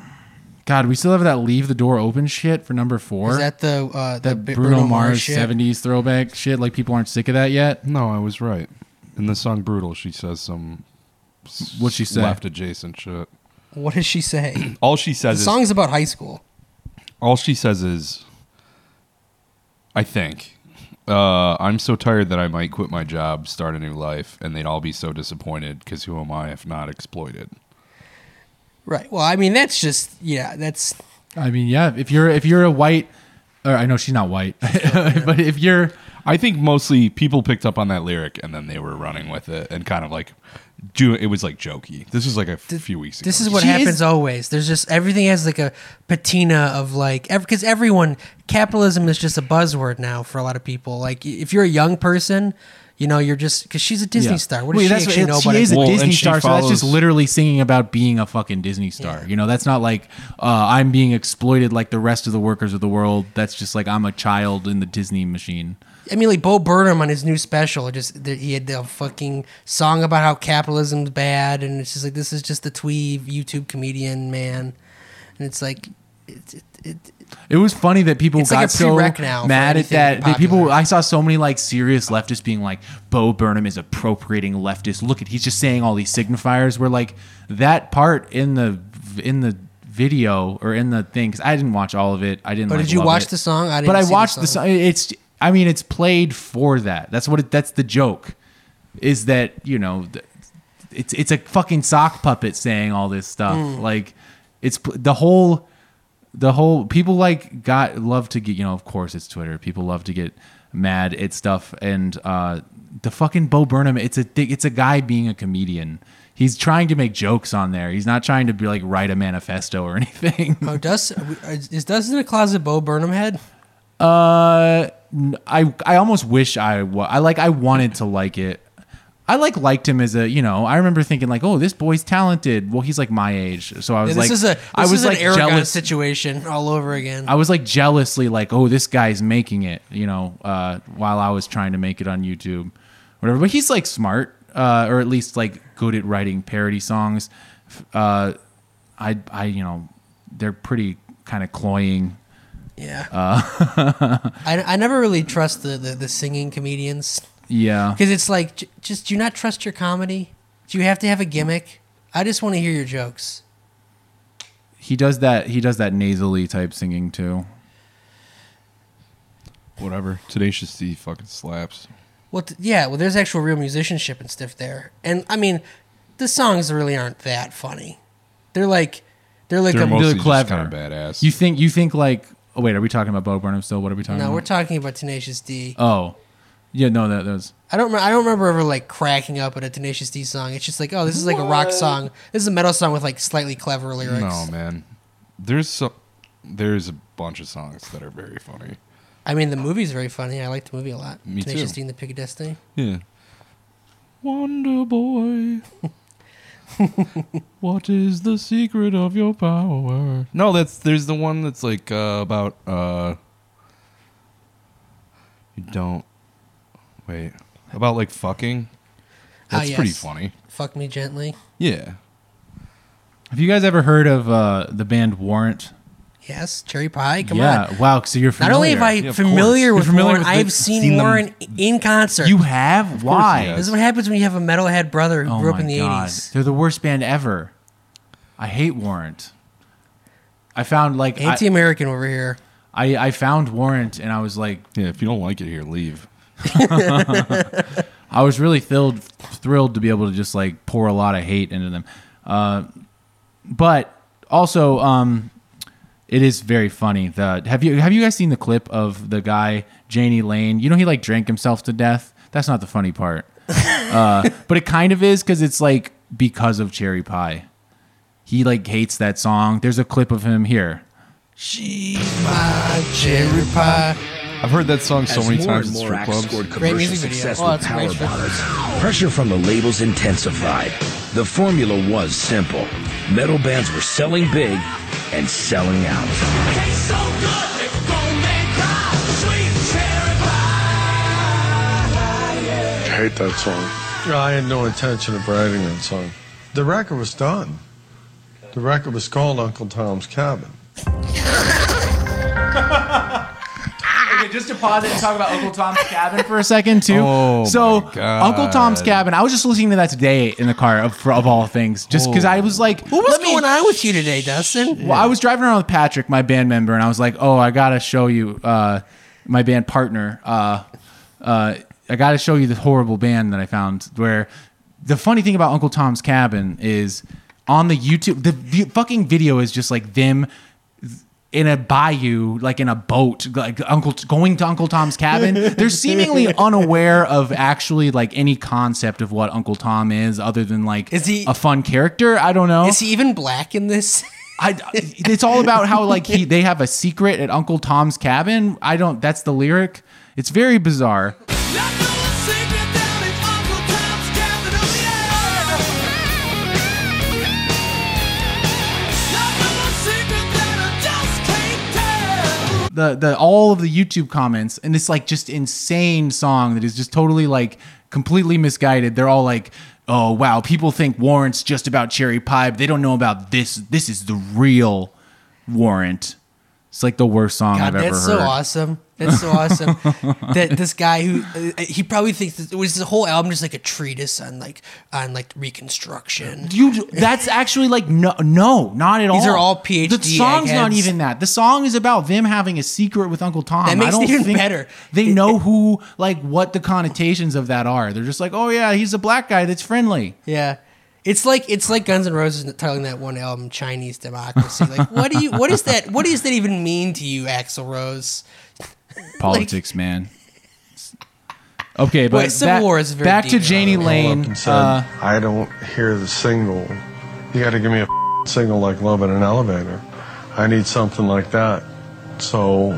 God, we still have that leave the door open shit for number four.
Is that the uh, the
that
Bi-
Bruno, Mars
shit?
'70s throwback shit? Like people aren't sick of that yet.
No, I was right. In the song "Brutal," she says some s-
What'd she say?
left adjacent shit.
What does she say?
All she
the
says is
song's about high school.
all she says is, I think, uh, I'm so tired that I might quit my job, start a new life, and they'd all be so disappointed because who am I if not exploited?
Right. Well, I mean, that's just yeah. That's
I mean, yeah. If you're if you're a white, or I know she's not white, but if you're
I think mostly people picked up on that lyric and then they were running with it and kind of like, do it was like jokey. This was like a f- few weeks ago.
This is what
She is-
happens always. There's just everything has like a patina of like because everyone capitalism is just a buzzword now for a lot of people. Like i- if you're a young person, you know you're just because she's a Disney
yeah.
star. What does
Wait,
she
that's
actually know
what,
about
she is
it?
a
Well,
Disney
and she
star, so that's just
follows-
literally singing about being a fucking Disney star. You know, that's not like uh, I'm being exploited like the rest of the workers of the world. That's just like I'm a child in the Disney machine.
I mean, like Bo Burnham on his new special, it just there- he had the fucking song about how capitalism's bad, and it's just like this is just the twee YouTube comedian man, and it's like it, it, it,
It was funny that people
It's
got
like a
so
prereq now for
mad at
anything
that. that people,
popular.
I saw so many like serious leftists being like, "Bo Burnham is appropriating leftists. Look at he's just saying all these signifiers." Where like that part in the in the video or in the thing because I didn't watch all of it. I didn't.
Oh,
like,
did you
love
watch
it.
the song? I didn't
but I
see the
watched the
song.
song. It's I mean it's played for that. That's what it, that's the joke. Is that you know. th- it's it's a fucking sock puppet saying all this stuff. Like it's p- the whole the whole people like got love to get you know of course it's Twitter. People love to get mad at stuff and uh the fucking Bo Burnham it's a thing it's a guy being a comedian. He's trying to make jokes on there. He's not trying to be like write a manifesto or anything.
oh, does is does in a closet Bo Burnham head?
Uh, n- I I almost wish I wa- I like I wanted to like it. I like liked him as a you know. I remember thinking like, oh, this boy's talented. Well, he's like my age, so I was
this
like,
is a this
I was
is
like
an Aragon
jealous.
situation all over again.
I was like jealously like, oh, this guy's making it, you know, uh, while I was trying to make it on YouTube, whatever. But he's like smart, uh, or at least like good at writing parody songs. F- Uh, I I you know, they're pretty kind of cloying.
Yeah. I, I never really trust the, the, the singing comedians
Yeah.
because it's like, j- just do you not trust your comedy? Do you have to have a gimmick? I just want to hear your jokes.
He does that. He does that nasally type singing too.
Whatever. Tenacious D fucking slaps.
Well, th- yeah, well, there's actual real musicianship and stuff there. And I mean, the songs really aren't that funny. They're like, they're like
They're
a.
mostly
They're
just
clever.
kinda badass.
You think? You think like? Oh wait, are we talking about Bo Burnham still? What are we talking?
no,
about?
we're talking about Tenacious D.
Oh, yeah. No, that does.
I don't. rem- I don't remember ever like cracking up at a Tenacious D song. It's just like, oh, this is like a rock song. This is a metal song with like slightly clever lyrics.
No, man. There's so, there's a bunch of songs that are very funny.
I mean, the movie's very funny. I like the movie a lot.
Me too.
Tenacious D and the Pig of Destiny.
Yeah. Wonder Boy. what is the secret of your power? No, that's there's the one that's like uh, about uh you don't wait. About like fucking.
Ah,
That's pretty
yes.
funny.
Fuck me gently.
Yeah.
Have you guys ever heard of uh, the band Warrant?
Yes, cherry pie. Come
yeah,
on.
wow. So you're familiar.
Not only am I familiar with Warren, I've seen, Warren in concert.
You have? Of course Why? he has.
This is what happens when you have a metalhead brother who
Oh
grew up
my
in the
God.
80s.
They're the worst band ever. I hate Warrant. I found like I-
Anti-American over here.
I, I found Warrant and I was like,
yeah, if you don't like it here, leave.
I was really thrilled thrilled to be able to just like pour a lot of hate into them, uh, but also um, it is very funny. The have you have you guys seen the clip of the guy Janie Lane? You know he like drank himself to death. That's not the funny part, uh, but it kind of is because it's like because of Cherry Pie. He like hates that song. There's a clip of him here.
She's my cherry pie.
I've heard that song so
As
many
more
times
and
in
more
strip
acts
clubs.
scored Great commercial music video. success Oh, with that's Power great.
Bottles. Pressure from the labels intensified. The formula was simple. Metal bands were selling big and selling out.
I hate that song. I had no intention of writing that song. The record was done. The record was called Uncle Tom's Cabin.
okay, just to pause it and talk about Uncle Tom's Cabin for a second too.
Oh,
so
my God.
Uncle Tom's Cabin. I was just listening to that today in the car of, for- of all things, just because I was like,
What was going on with you today, Dustin?
well, I was driving around with Patrick, my band member, and I was like, oh, I gotta show you uh, my band partner. Uh, uh, I gotta show you this horrible band that I found. Where the funny thing about Uncle Tom's Cabin is on the YouTube, the, the fucking video is just like them in a bayou, like in a boat, like Uncle going to Uncle Tom's cabin. They're seemingly unaware of actually like any concept of what Uncle Tom is, other than like is he a fun character? I don't know. Is
he even black in this?
I, it's all about how like he they have a secret at Uncle Tom's cabin. I don't. That's the lyric. It's very bizarre. the the all of the YouTube comments and this like just insane song that is just totally like completely misguided. They're all like, "Oh wow, people think Warrant's just about cherry pie, but they don't know about this. This is the real Warrant." It's like the worst song I've
God,
ever
that's so
heard.
awesome. That's so awesome. that this guy who uh, he probably thinks this, was the whole album just like a treatise on like on like reconstruction.
You that's actually like no no not at all.
These are all PhD
The song's not
eggheads.
even that. The song is about them having a secret with Uncle Tom.
That makes
I
it
don't
even
think
better.
They know who like what the connotations of that are. They're just like, oh yeah, he's a black guy that's friendly.
Yeah. It's like it's like Guns N' Roses titling that one album Chinese Democracy. Like what do you what is that what does that even mean to you, Axl Rose?
Politics, man. Okay, but
Wait, Civil
back,
War is very
back to
deep.
Janie
Called up
Lane.
and said,
Uh,
I don't hear the single. You got to give me a single like Love in an Elevator. I need something like that. So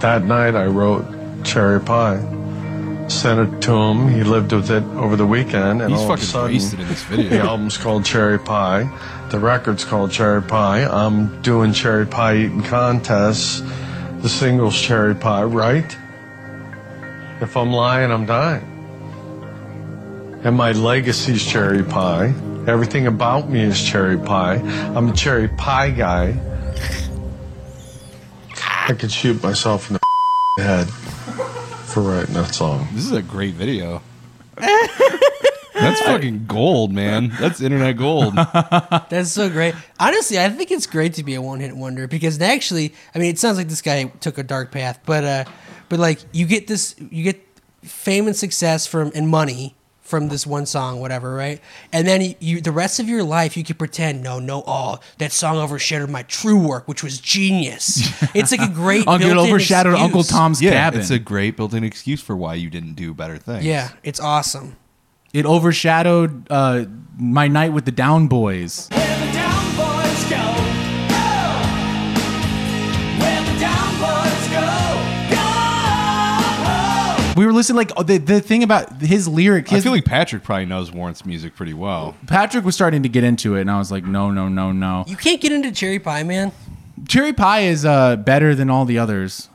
that night I wrote Cherry Pie. Sent it to him. He lived with it over the weekend, and
He's
all of a
fucking
sudden,
wasted in this video.
the album's called Cherry Pie. The record's called Cherry Pie. I'm doing Cherry Pie eating contests. The single's Cherry Pie, right? If I'm lying, I'm dying and my legacy's cherry pie. Everything about me is cherry pie. I'm a cherry pie guy. I could shoot myself in the head for writing that song.
This is a great video. That's fucking gold, man. That's internet gold.
That's so great. Honestly, I think it's great to be a one hit wonder because actually, I mean, it sounds like this guy took a dark path, but uh, but like you get this, you get fame and success from and money from this one song, whatever, right? And then you, you the rest of your life, you can pretend, no, no, all that song overshadowed my true work, which was genius. It's like a great
Uncle
built-in
overshadowed
excuse.
Uncle Tom's
yeah,
cabin.
it's a great built-in excuse for why you didn't do better things.
Yeah, it's awesome.
it overshadowed uh, my night with the Down Boys. We were listening like oh, the the thing about his lyric.
I
His,
feel like Patrick probably knows Warren's music pretty well.
Patrick was starting to get into it, and I was like, no, no, no, no.
You can't get into cherry pie, man.
Cherry Pie is uh, better than all the others.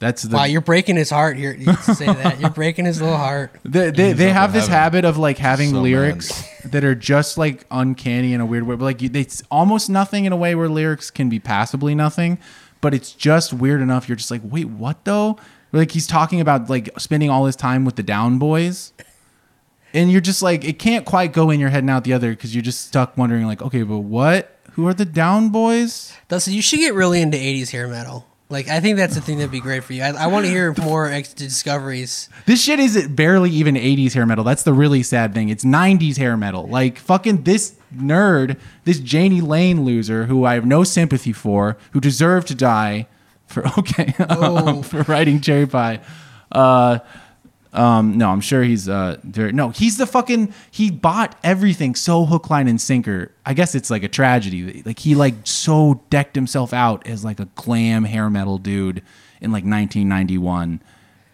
That's the
wow, you're breaking his heart here. You say that you're breaking his little heart.
They they,
He's
they
up
have
in
this
heaven.
habit of like having
So
lyrics that are just like uncanny in a weird way. But like you, it's almost nothing in a way where lyrics can be passably nothing, but it's just weird enough. You're just like, wait, what though? Like he's talking about like spending all his time with the down boys. And you're just like, it can't quite go in your head and out the other because you're just stuck wondering, like, okay, but what? Who are the down boys?
Dustin, you should get really into '80s hair metal. Like, I think that's the thing that'd be great for you. I, I want to hear more ex- discoveries.
This shit is barely even 80s hair metal. That's the really sad thing. It's 90s hair metal. Like fucking this nerd, this Janie Lane loser who I have no sympathy for, who deserved to die for okay um, for writing Cherry Pie. Uh um, no, I'm sure he's uh there- no, he's the fucking he bought everything so hook line and sinker. I guess it's like a tragedy. Like he like so decked himself out as like a glam hair metal dude in like 1991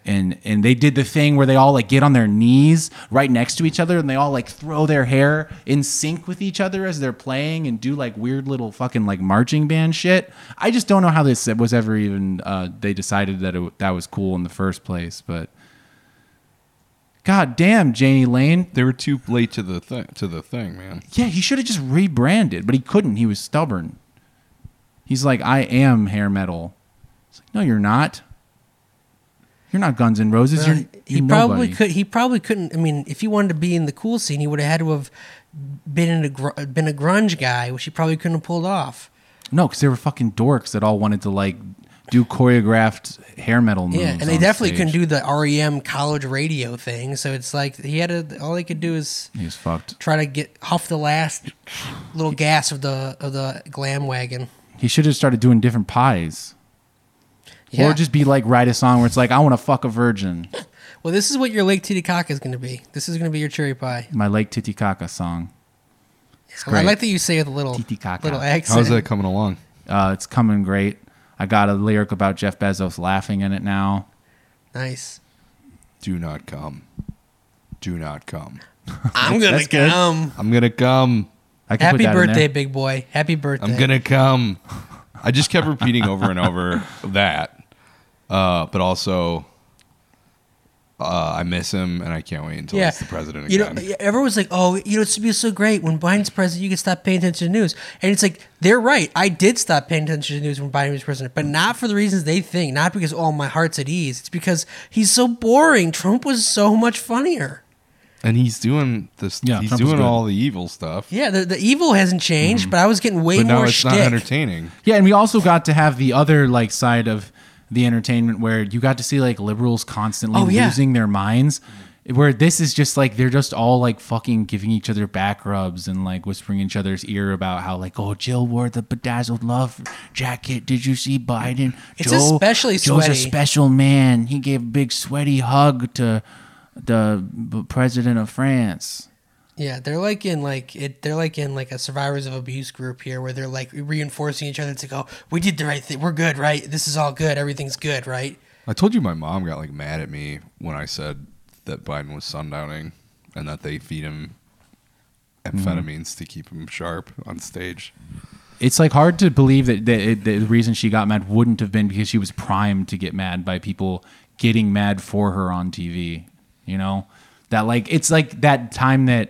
and and they did the thing where they all like get on their knees right next to each other and they all like throw their hair in sync with each other as they're playing and do like weird little fucking like marching band shit. I just don't know how this was ever even uh, they decided that it, that was cool in the first place, but God damn, Janie Lane.
They were too late to the thing. To the thing, man.
Yeah, he should have just rebranded, but he couldn't. He was stubborn. He's like, I am hair metal. It's like, no, you're not. You're not Guns N' Roses.
Well,
you're,
he
you're
probably
nobody.
could. He probably couldn't. I mean, if he wanted to be in the cool scene, he would have had to have been in a gr- been a grunge guy, which he probably couldn't have pulled off.
No, because they were fucking dorks that all wanted to like do choreographed hair metal moves.
yeah, and they
Mm, on
definitely
stage.
couldn't do the REM college radio thing. So it's like he had to. All they could do is
He was fucked.
try to get huff the last little gas of the of the glam wagon.
He should have started doing different pies,
Yeah.
or just be like write a song where it's like I want to fuck a virgin.
Well, this is what your Lake Titicaca is going to be. This is going to be your cherry pie.
My Lake Titicaca song. It's
I
great.
like that you say it with a little little accent.
coming along? Uh, it's coming great. I got a lyric about Jeff Bezos laughing in it now.
Nice.
Do not come. Do not come.
I'm gonna That's good. come.
I'm gonna come.
I
Happy birthday, big boy. Happy birthday.
I'm gonna come. I just kept repeating over and over that, uh, but also uh, I miss him and I can't wait until he's the president
You
again.
know, yeah, everyone was like, "Oh, you know, it's be so great when Biden's president, you can stop paying attention to the news." And it's like they're right. I did stop paying attention to the news when Biden was president, but not for the reasons they think. Not because oh, my heart's at ease. It's because he's so boring. Trump was so much funnier.
and he's doing this.
Yeah,
he's
Trump was
doing
good.
all the evil stuff.
Yeah, the, the evil hasn't changed, but I was getting way
Mm-hmm. but now
more
it's
shtick.
not entertaining.
Yeah, and we also got to have the other like side of the entertainment where you got to see like liberals constantly
Oh, yeah.
losing their minds. Where this is just like they're just all like fucking giving each other back rubs and like whispering in each other's ear about how like oh Jill wore the bedazzled love jacket. Did you see Biden?
It's especially
Joe's a
sweaty.
special man. He gave a big sweaty hug to the b- president of France.
Yeah, they're like in like it. They're like in like a survivors of abuse group here, where they're like reinforcing each other to go, "We did the right thing. We're good, right? This is all good. Everything's good, right?"
I told you my mom got like mad at me when I said that Biden was sundowning and that they feed him amphetamines to keep him sharp on stage.
It's like hard to believe that the, the reason she got mad wouldn't have been because she was primed to get mad by people getting mad for her on TV. You know, that like it's like that time that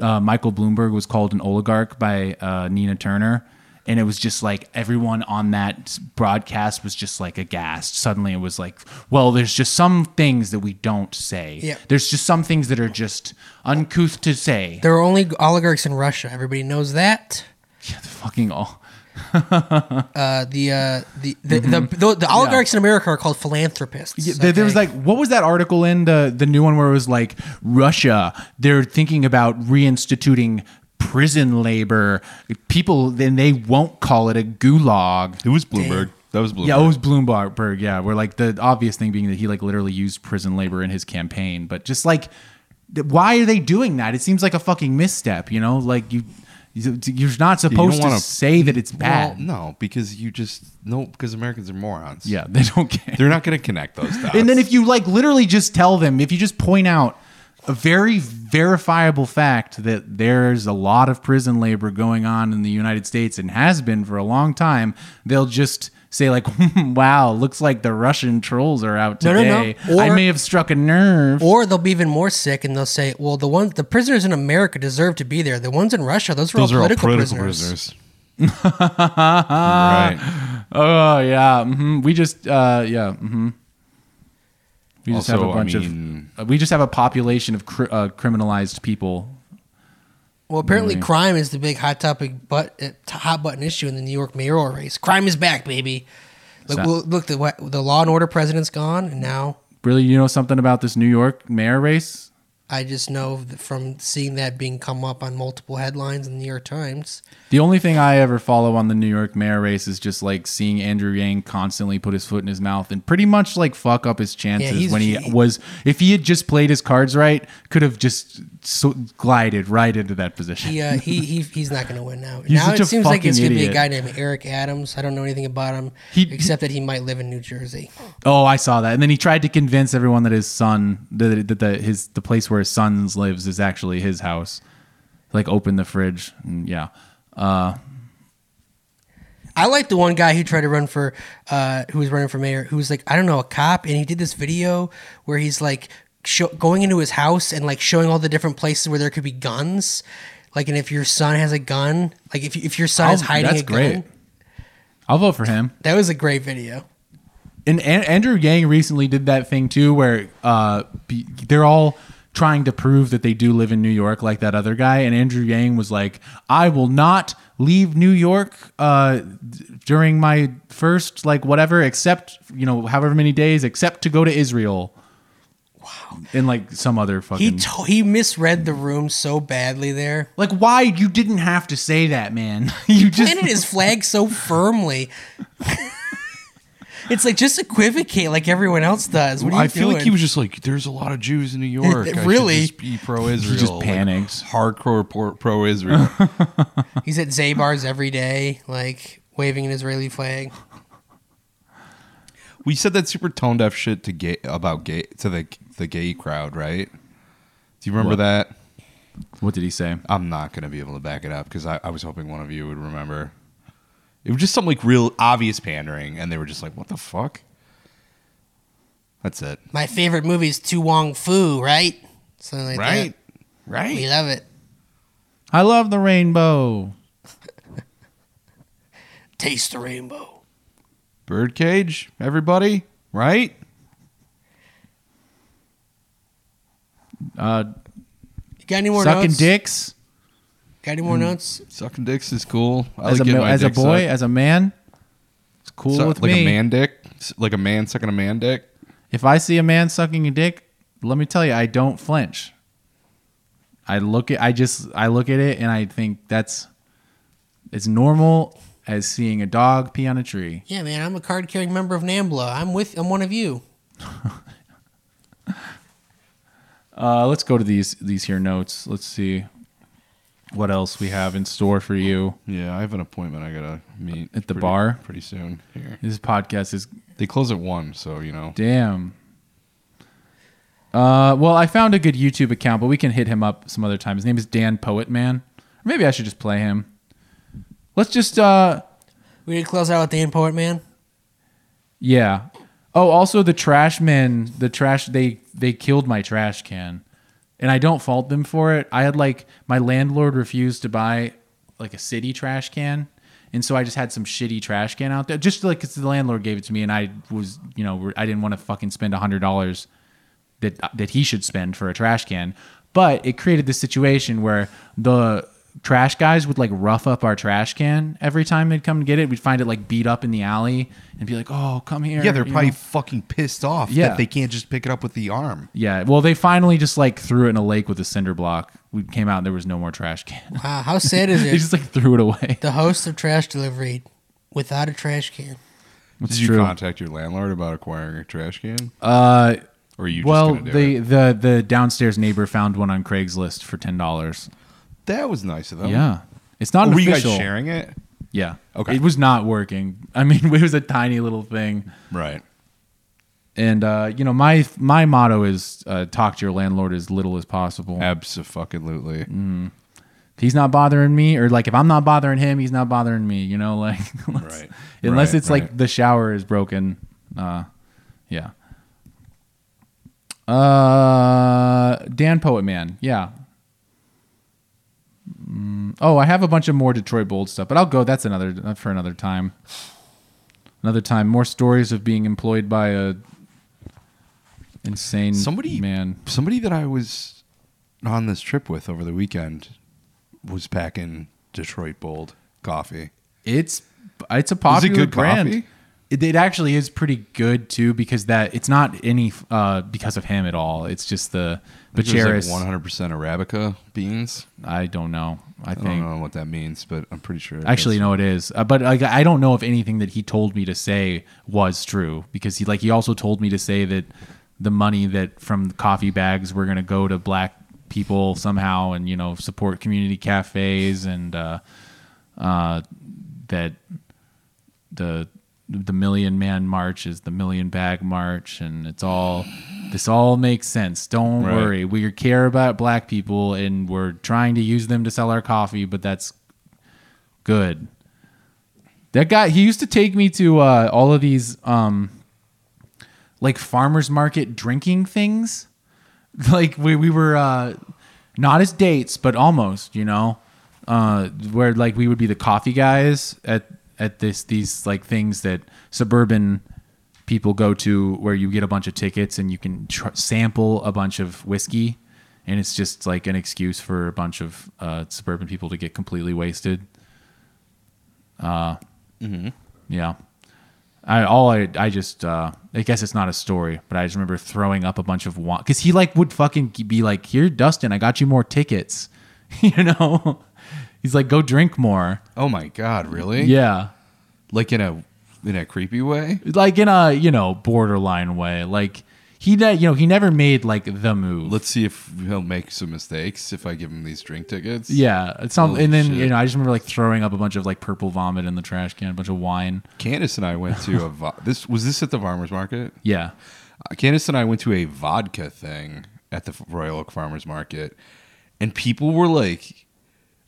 uh, Michael Bloomberg was called an oligarch by uh, Nina Turner. And it was just like everyone on that broadcast was just like aghast. Suddenly it was like, well, there's just some things that we don't say.
Yeah.
There's just some things that are just uncouth to say.
There are only oligarchs in Russia. Everybody knows that.
Fucking all.
Uh, the, uh, the, the,
Mhm.
the, the, the
Yeah.
oligarchs in America are called philanthropists.
Yeah, there, there was
okay?
like, what was that article in the the new one where it was like Russia? They're thinking about reinstituting prison labor. People then they won't call it a gulag.
It was Bloomberg. That was Bloomberg.
Yeah, it was Bloomberg. Yeah, where like the obvious thing being that he like literally used prison labor in his campaign, but just like, th- why are they doing that? It seems like a fucking misstep. You know, like you. you- You're not
Yeah, you don't
supposed to
wanna-
say that it's
Well,
bad.
no, because you just no, because Americans are morons.
Yeah, they don't care.
They're not going to connect those dots.
And then if you like literally just tell them, if you just point out a very verifiable fact that there's a lot of prison labor going on in the United States and has been for a long time, they'll just say like, "Wow, looks like the Russian trolls are out
No, no,
today."
no.
I
Or-
may have struck a nerve.
Or they'll be even more sick and they'll say, well, the ones, the prisoners in America deserve to be there. The ones in Russia, those are all political prisoners.
right. Oh yeah. hmm We just uh, yeah. hmm We just have
Also,
a
I
bunch
mean-
of. uh, We just have a population of cr- uh, criminalized people.
Well, apparently,
Really.
crime is the big hot topic, but uh, t- hot button issue in the New York mayoral race. Crime is back, baby. Look,
So-
well, look, the what- the law and order president's gone, and now
Really, you know something about this New York mayor race?
I just know th- from seeing that being come up on multiple headlines in the New York Times.
The only thing I ever follow on the New York mayor race is just like seeing Andrew Yang constantly put his foot in his mouth and pretty much like fuck up his chances
he's-
when he,
he-
was. If he had just played his cards right, could have just so glided right into that position.
He, uh, he, he he's not going to win now.
He's
now it
such a
seems like it's
fucking
going to be a
idiot.
guy named Eric Adams. I don't know anything about him except that he might live in New Jersey.
Oh, I saw that. And then he tried to convince everyone that his son that that the his the place where his son lives is actually his house. Like open the fridge. And yeah. Uh
I like the one guy who tried to run for, uh, who was running for mayor, who was like, I don't know, a cop, and he did this video where he's like show, going into his house and like showing all the different places where there could be guns, like, and if your son has a gun, like if if your son is
I'll-
hiding
Oh, that's
a
great.
gun,
I'll vote for him.
that was a great video.
And An- Andrew Yang recently did that thing too, where uh, be- they're all trying to prove that they do live in New York, like that other guy. And Andrew Yang was like, "I will not leave New York uh, d- during my first like whatever, except you know however many days, except to go to Israel." Wow. And like some other fucking.
He to- he misread the room so badly there.
like why you didn't have to say that, man? you just
planted his flag so firmly. it's like just equivocate like everyone else does. What are you
I feel like
doing?
he was just like, "There's a lot of Jews in New York. I should
Really?
just be pro-Israel."
He just
like,
panics.
hardcore pro- pro-Israel.
He's at Zabar's every day, like waving an Israeli flag.
we said that super tone deaf shit to gay about gay to the the gay crowd, right? Do you remember
What?
that?
What did he say?
I'm not gonna be able to back it up because I, I was hoping one of you would remember. It was just some like real obvious pandering, and they were just like, "What the fuck?" That's it.
My favorite movie is Tu Wong Fu, right? Something like
Right.
that.
Right.
We love it.
I love the rainbow.
Taste the rainbow.
Birdcage, everybody, right?
Uh,
You got any more
sucking
notes?
dicks.
Got any
Mm.
more notes?
Sucking dicks is cool. I
as
like
a
getting
mil-
my
as a
dick
boy,
sucked.
as a man. It's cool
Suck-
with
like
me.
a man dick, S- like a man sucking a man dick.
If I see a man sucking a dick, let me tell you, I don't flinch. I look at I just I look at it and I think that's as normal as seeing a dog pee on a tree.
Yeah, man, I'm a card carrying member of NAMBLA. I'm with I'm one of you.
Uh, let's go to these these here notes. Let's see what else we have in store for you.
Yeah, I have an appointment I gotta meet
At the
pretty-
bar?
pretty soon. Here,
This podcast is
they close at one, so you know.
Damn. Uh, well, I found a good YouTube account, but we can hit him up some other time. His name is Dan Poet Man. Or maybe I should just play him. Let's just, uh,
We did close out with Dan Poet Man.
yeah. Oh, also the trash men, the trash they they killed my trash can, and I don't fault them for it. I had like my landlord refused to buy like a city trash can, and so I just had some shitty trash can out there, just like because the landlord gave it to me, and I was you know re- I didn't want to fucking spend a hundred dollars that that he should spend for a trash can. But it created this situation where the trash guys would like rough up our trash can every time they'd come to get it. We'd find it like beat up in the alley and be like, "Oh, come here."
Yeah, they're
you
probably
know?
fucking pissed off
Yeah.
that they can't just pick it up with the arm.
yeah. Well, they finally just like threw it in a lake with a cinder block. We came out and there was no more trash can.
Wow, how sad is it?
they just like threw it away.
the host of Trash Delivery without a trash can.
It's
Did you
true.
contact your landlord about acquiring a trash can?
Uh,
Or are you just
well,
gonna do
the the the downstairs neighbor found one on Craigslist for ten dollars.
that was nice of them.
Yeah, it's not.
Oh,
an
were you guys
official.
sharing it?
Yeah.
Okay.
It was not working. I mean, it was a tiny little thing.
Right.
And uh, you know, my my motto is uh, talk to your landlord as little as possible.
Absolutely.
Mm. if he's not bothering me, or like if I'm not bothering him, he's not bothering me. You know, like unless, unless
Right,
it's like
right.
the shower is broken. Uh, yeah. Uh, Dan Poet Man, yeah. Mm, oh, I have a bunch of more Detroit Bold stuff, but I'll go. That's another for another time. Another time, more stories of being employed by a insane
Somebody-
man.
Somebody that I was on this trip with over the weekend was packing Detroit Bold coffee.
It's it's a popular
good
brand.
coffee?
It, it actually is pretty good too because that it's not any uh, because of him at all. It's just the Bacheris.
one hundred percent Arabica beans.
I don't know. I,
don't
think-
know what that means, but I'm pretty sure. it
Actually,
is.
no, it is. Uh, but like, I don't know if anything that he told me to say was true because he like he also told me to say that the money that from the coffee bags were going to go to black people somehow and you know support community cafes and uh, uh, that the the million man march is the million bag march and it's all this all makes sense don't
Right.
worry we care about black people and we're trying to use them to sell our coffee but that's good that guy he used to take me to uh, all of these um like farmers market drinking things like we, we were uh not as dates but almost you know uh where like we would be the coffee guys at at this these like things that suburban people go to where you get a bunch of tickets and you can tr- sample a bunch of whiskey and it's just like an excuse for a bunch of uh, suburban people to get completely wasted uh yeah I all I I just uh I guess it's not a story, but I just remember throwing up a bunch of wine because he like would fucking be like, "Here, Dustin, I got you more tickets," you know. He's like, "Go drink more."
Oh my god, really?
Yeah,
like in a in a creepy way.
like in a you know borderline way. Like he ne- you know he never made like the move.
Let's see if he'll make some mistakes if I give him these drink tickets.
Yeah, it's some,
Holy
and then
shit.
you know I just remember like throwing up a bunch of like purple vomit in the trash can, a bunch of wine.
Candace and I went to a vo- this was this at the farmers market.
Yeah.
uh, Candace and I went to a vodka thing at the Royal Oak Farmers Market, and people were like,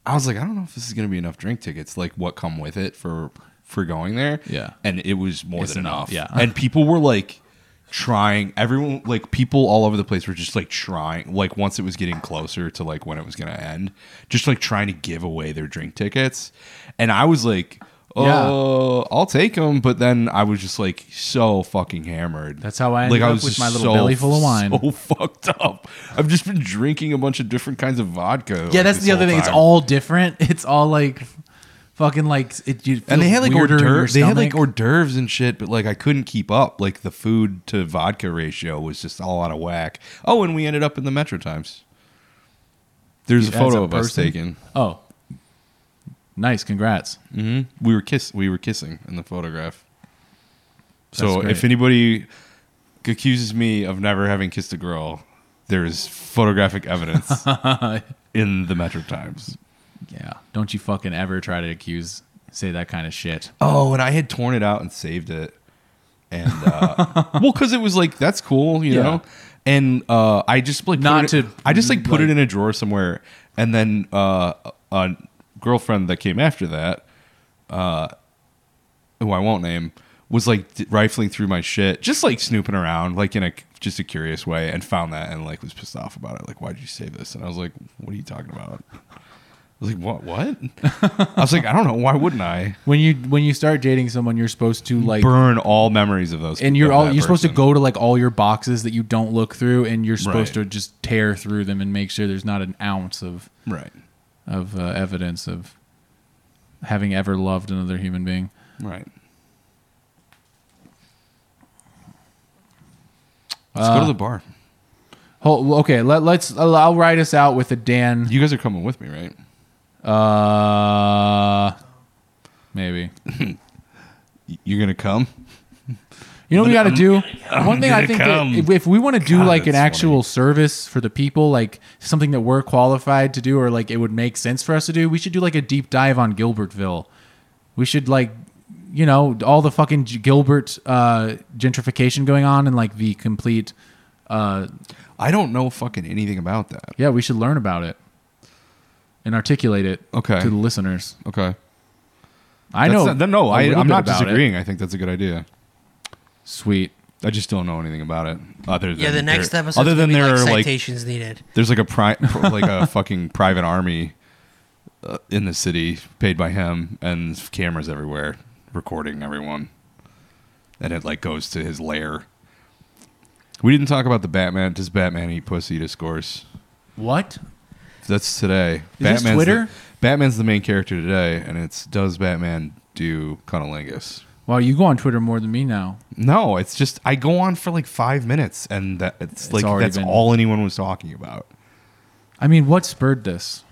"I was like, I don't know if this is going to be enough drink tickets. Like, what come with it for for going there?
Yeah.
and it was more
It's
than
enough,
enough.
yeah.
and people were like trying everyone like people all over the place were just like trying like once it was getting closer to like when it was going to end just like trying to give away their drink tickets and i was like
Yeah.
oh i'll take them but then i was just like so fucking hammered
That's how I ended up with
just
my little belly full of wine.
So fucked up. I've just been drinking a bunch of different kinds of vodka.
yeah,
like,
that's
this
the other
whole
thing. It's
time.
all different. It's all like fucking like it. You
and they
feel
had like hors
weirder in your
d'oeuvres. They had
stomach.
like hors d'oeuvres and shit, but like I couldn't keep up. Like the food to vodka ratio was just all out of whack. Oh, and we ended up in the Metro Times. There's a
As
photo of us
person?
taken.
Oh, nice! Congrats.
hmm We were kiss. We were kissing in the photograph. so
That's great.
if anybody accuses me of never having kissed a girl, there is photographic evidence in the Metro Times.
Yeah. Don't you fucking ever try to accuse, say that kind of shit.
Oh, and I had torn it out and saved it, and uh, well, because it was like that's cool, you
Yeah.
know. And uh, I just like
Not
put it,
to,
I just like put
like-
it in a drawer somewhere, and then uh, a girlfriend that came after that, uh, who I won't name, was like d- rifling through my shit, just like snooping around, like in a just a curious way, and found that and like was pissed off about it. Like, why did you save this? And I was like, what are you talking about? I was like, what? What? I was like, I don't know. Why wouldn't I?
When you when you start dating someone, you're supposed to like
burn all memories of those.
and you're
of
all
that
you're supposed to
person.
go to like all your boxes that you don't look through, and you're supposed
Right.
to just tear through them and make sure there's not an ounce of
Right.
of uh, evidence of having ever loved another human being.
Right. Let's go
Uh,
to the bar.
Hold, well, okay, let, let's. I'll, I'll write us out with a Dan.
You guys are coming with me, right?
Uh, maybe.
You're gonna come.
You know what we got to do?
I'm- I'm
One thing I
gonna
think that
come.
if, if we want to do
God,
like an
that's
actual service for the people, like something that we're qualified to do or like it would make sense for us to do, we should do like a deep dive on Gilbertville. We should like, you know, all the fucking G- Gilbert uh, gentrification going on and like the complete. Uh,
I don't know fucking anything about that.
Yeah, we should learn about it. and articulate it
Okay.
to the listeners.
Okay.
I
That's
know.
not- no,
a
I,
little
I'm
bit
not
about it.
disagreeing. I think that's a good idea.
Sweet.
I just don't know anything about it. Other than
Yeah, the next
there-
episode's
Other than
gonna be,
there
like,
are
citations needed.
There's like a pri- like a fucking private army uh, in the city, paid by him, and there's cameras everywhere recording everyone. And it like goes to his lair. We didn't talk about the Batman. Does Batman eat pussy discourse?
What?
That's today.
this Twitter?
The, Batman's the main character today, and it's does Batman do cunnilingus?
Wow, you go on Twitter more than me now.
No, it's just I go on for like five minutes, and that it's, like
already
that's
been-
all anyone was talking about.
I mean, what spurred this?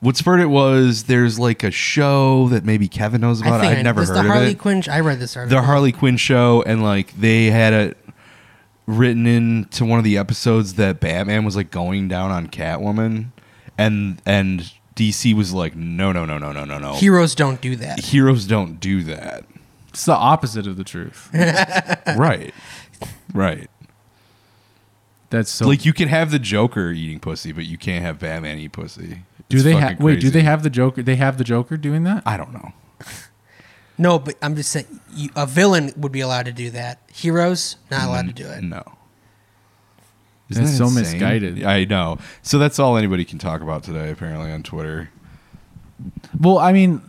What spurred it was there's like a show that maybe Kevin knows about.
think
I'd
I-
never
this
heard
the
of
Harley
it.
Quinn- I read this
The
article.
Harley Quinn show, and like they had it written into one of the episodes that Batman was like going down on Catwoman, and and DC was like, no, no, no, no, no, no, no.
Heroes don't do that.
Heroes don't do that.
It's the opposite of the truth.
Uh,
right. Right.
That's so.
like you can have the Joker eating pussy, but you can't have Batman eat pussy.
do
It's
they
fucking
have? Wait, do
crazy.
they have the Joker? They have the Joker doing that?
I don't know.
No, but I'm just saying you, a villain would be allowed to do that. Heroes not allowed to do it.
No.
Isn't
that
so
insane?
misguided.
I know. So that's all anybody can talk about today, apparently, on Twitter.
Well, I mean,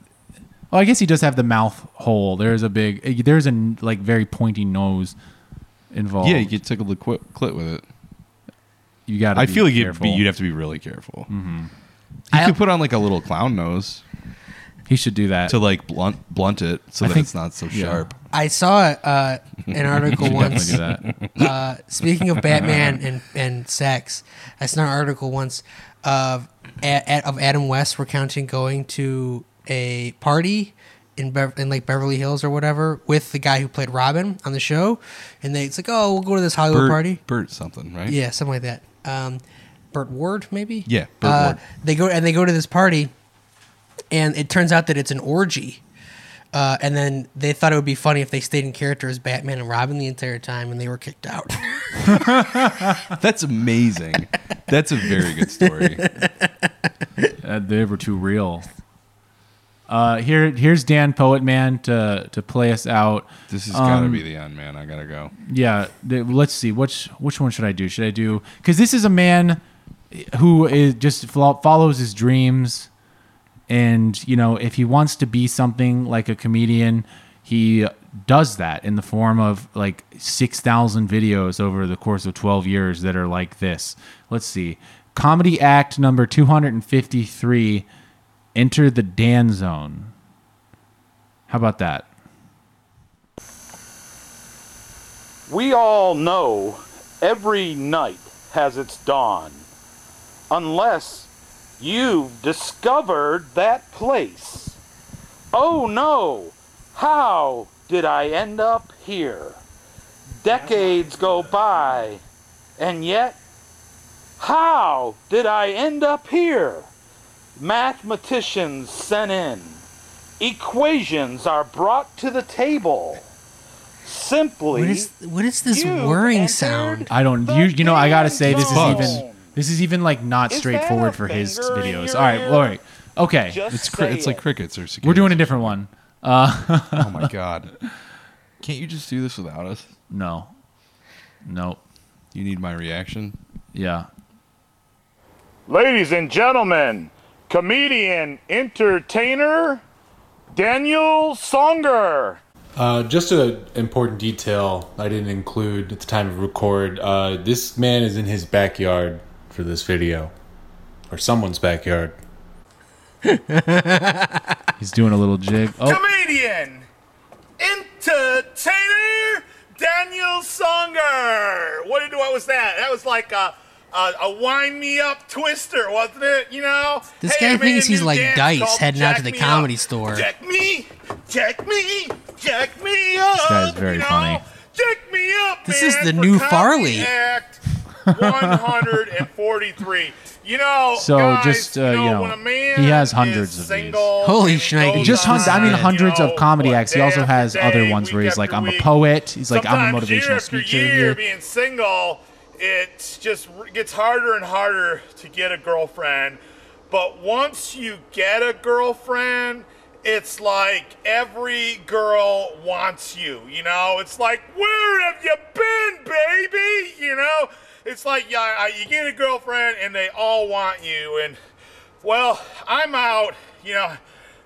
well, I guess he does have the mouth hole. There's a big. eh, There's a like very pointy nose involved.
Yeah, you get tickled the clit, clit with it.
You got.
I feel like you'd, be, you'd have to be really careful. Mm-hmm. You could put on like a little clown nose.
He should do that
to like blunt blunt it so
I
that
think-
it's not so
yeah.
sharp.
I saw uh, an article
Should
once.
definitely do that.
Uh, speaking of Batman and, and sex, I saw an article once of a- a- of Adam West recounting going to a party in Bev- in like Beverly Hills or whatever with the guy who played Robin on the show, and they it's like oh we'll go to this Hollywood
Bert,
party.
Bert something, right?
Yeah, something like that. Um, Burt Ward, maybe.
Yeah, Burt
Uh,
Ward.
They go and they go to this party, and it turns out that it's an orgy. Uh, and then they thought it would be funny if they stayed in character as Batman and Robin the entire time, and they were kicked out.
That's amazing. That's a very good story.
Uh, they were too real. Uh, here, here's Dan Poet Man to to play us out.
This has got to
Um,
be the end, man. I gotta go.
Yeah, th- let's see. Which which one should I do? Should I do because this is a man who is just flo- follows his dreams, and you know if he wants to be something like a comedian, he does that in the form of like six thousand videos over the course of twelve years that are like this. Let's see, comedy act number two hundred and fifty three. Enter the Dan Zone. How about that?
We all know every night has its dawn, unless you've discovered that place. Oh no! How did I end up here? Decades go by, and yet, how did I end up here? Mathematicians sent in. Equations are brought to the table. Simply.
what is what is this whirring sound?
I don't. You you know I gotta say this is even this is even like not straightforward for his videos. All right, all right, okay.
It's cri- it's like crickets or
We're doing a different one. Uh,
oh my god! Can't you just do this without us?
No. Nope.
You need my reaction.
Yeah.
Ladies and gentlemen, comedian, entertainer, Daniel Songer.
Uh, just an important detail I didn't include at the time of record. Uh, this man is in his backyard for this video, or someone's backyard.
He's doing a little jig. Oh,
Comedian, entertainer, Daniel Songer. What, did, what was that? That was like a, a, a wind me up twister, wasn't it? You know?
This
Hey, I
guy
made a
thinks he's
new
like
dance
Dice
called
heading out to
Jack
the
Me
comedy
Up.
store.
Jack me, jack me, jack me
this
up.
guy's very funny.
Jack me up,
This
man,
is the
for
new
Comedy
Farley.
Act 143. You know,
So
guys,
just uh, you
know,
know,
when a man
he has hundreds of these.
Holy shnikes!
Just hundreds. I mean, hundreds of comedy acts. He also has other ones where he's like, I'm a poet. He's like, I'm a
Sometimes year
motivational
after
speaker.
year
Here.
being single, it just r- gets harder and harder to get a girlfriend. But once you get a girlfriend, it's like every girl wants you, you know? It's like, where have you been, baby? You know? It's like yeah, I- you get a girlfriend and they all want you. And, well, I'm out, you know,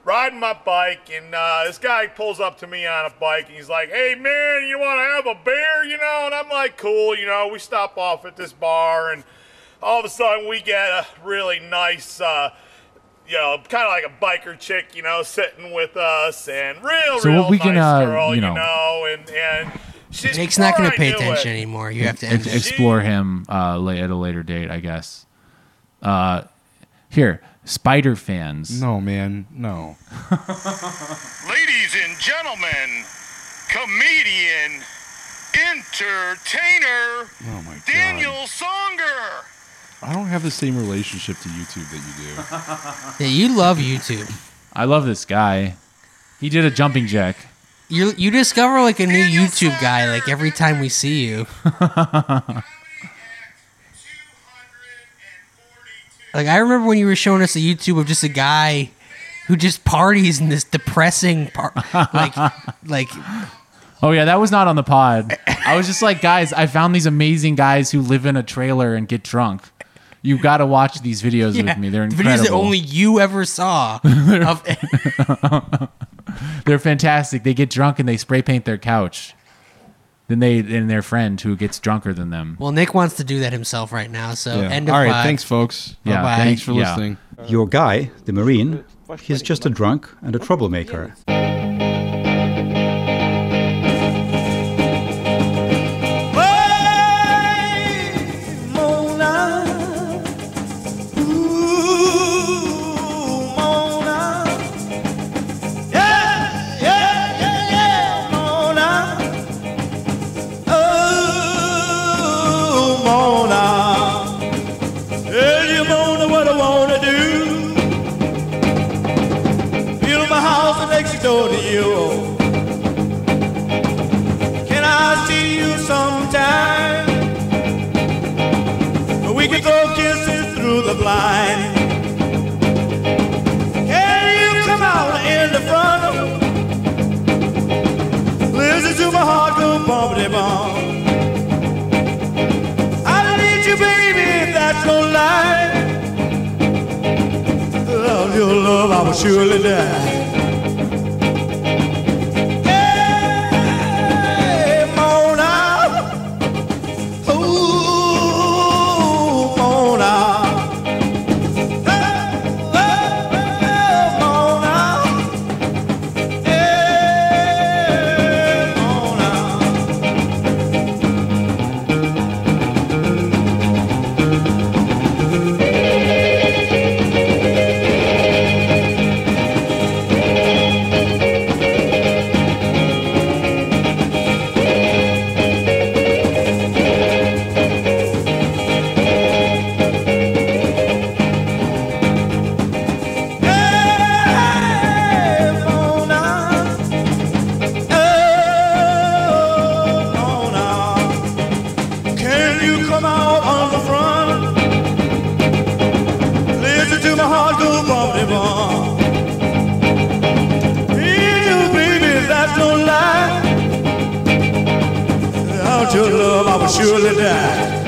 riding my bike, and uh, this guy pulls up to me on a bike, and he's like, "Hey man, you want to have a beer?" You know, and I'm like, "Cool," you know. We stop off at this bar, and all of a sudden we get a really nice. Uh, you know, kind of like a biker chick, you know, sitting with us, and real,
So
real
what we can,
nice
uh,
girl,
you
you know,
know-
and and she's
Jake's not going
before
to
I
pay
knew it-
attention anymore. You have to
Ex-
end it.
explore him uh, la- at a later date, I guess. Uh, here, Spider fans.
No, man, no.
Ladies and gentlemen, comedian, entertainer,
Oh my
Daniel Songer.
I don't have the same relationship to YouTube
Uh,
that
you do. you love YouTube.
I love this guy. He did a jumping jack.
You you discover like a new YouTube guy like every time we see you. like I remember when you were showing us a YouTube of just a guy who just parties in this depressing par- like like
Oh yeah, that was not on the pod. I was just like, guys, I found these amazing guys who live in a trailer and get drunk. You got to watch these videos
yeah,
with me. They're
the videos that
incredible.
only you ever saw. of,
They're fantastic. They get drunk and they spray paint their couch. Then they and their friend who gets drunker than them.
well, Nick wants to do that himself right now. So
Yeah.
end of
All right,
pod.
thanks, folks. Yeah,
Bye-bye.
thanks for Yeah. listening.
Your guy, the Marine, he's just a drunk and a troublemaker.
Mona. Ooh, Mona. Yeah, yeah, yeah, yeah, Mona. Oh, Mona. Tell you, Mona, what I wanna do. Build my house next door to you. Can I see you sometime? We could throw kisses through the blind. Can you come out in the front? Listen to my heart go bumpity bump. I need you, baby, if that's no lie. Love your love, I will surely die. Hey, Mona. Ooh, Mona. Can you come out on the front? Listen to my heart go bumpity bump. Need you, baby, that's no lie. Without your love, I will surely die.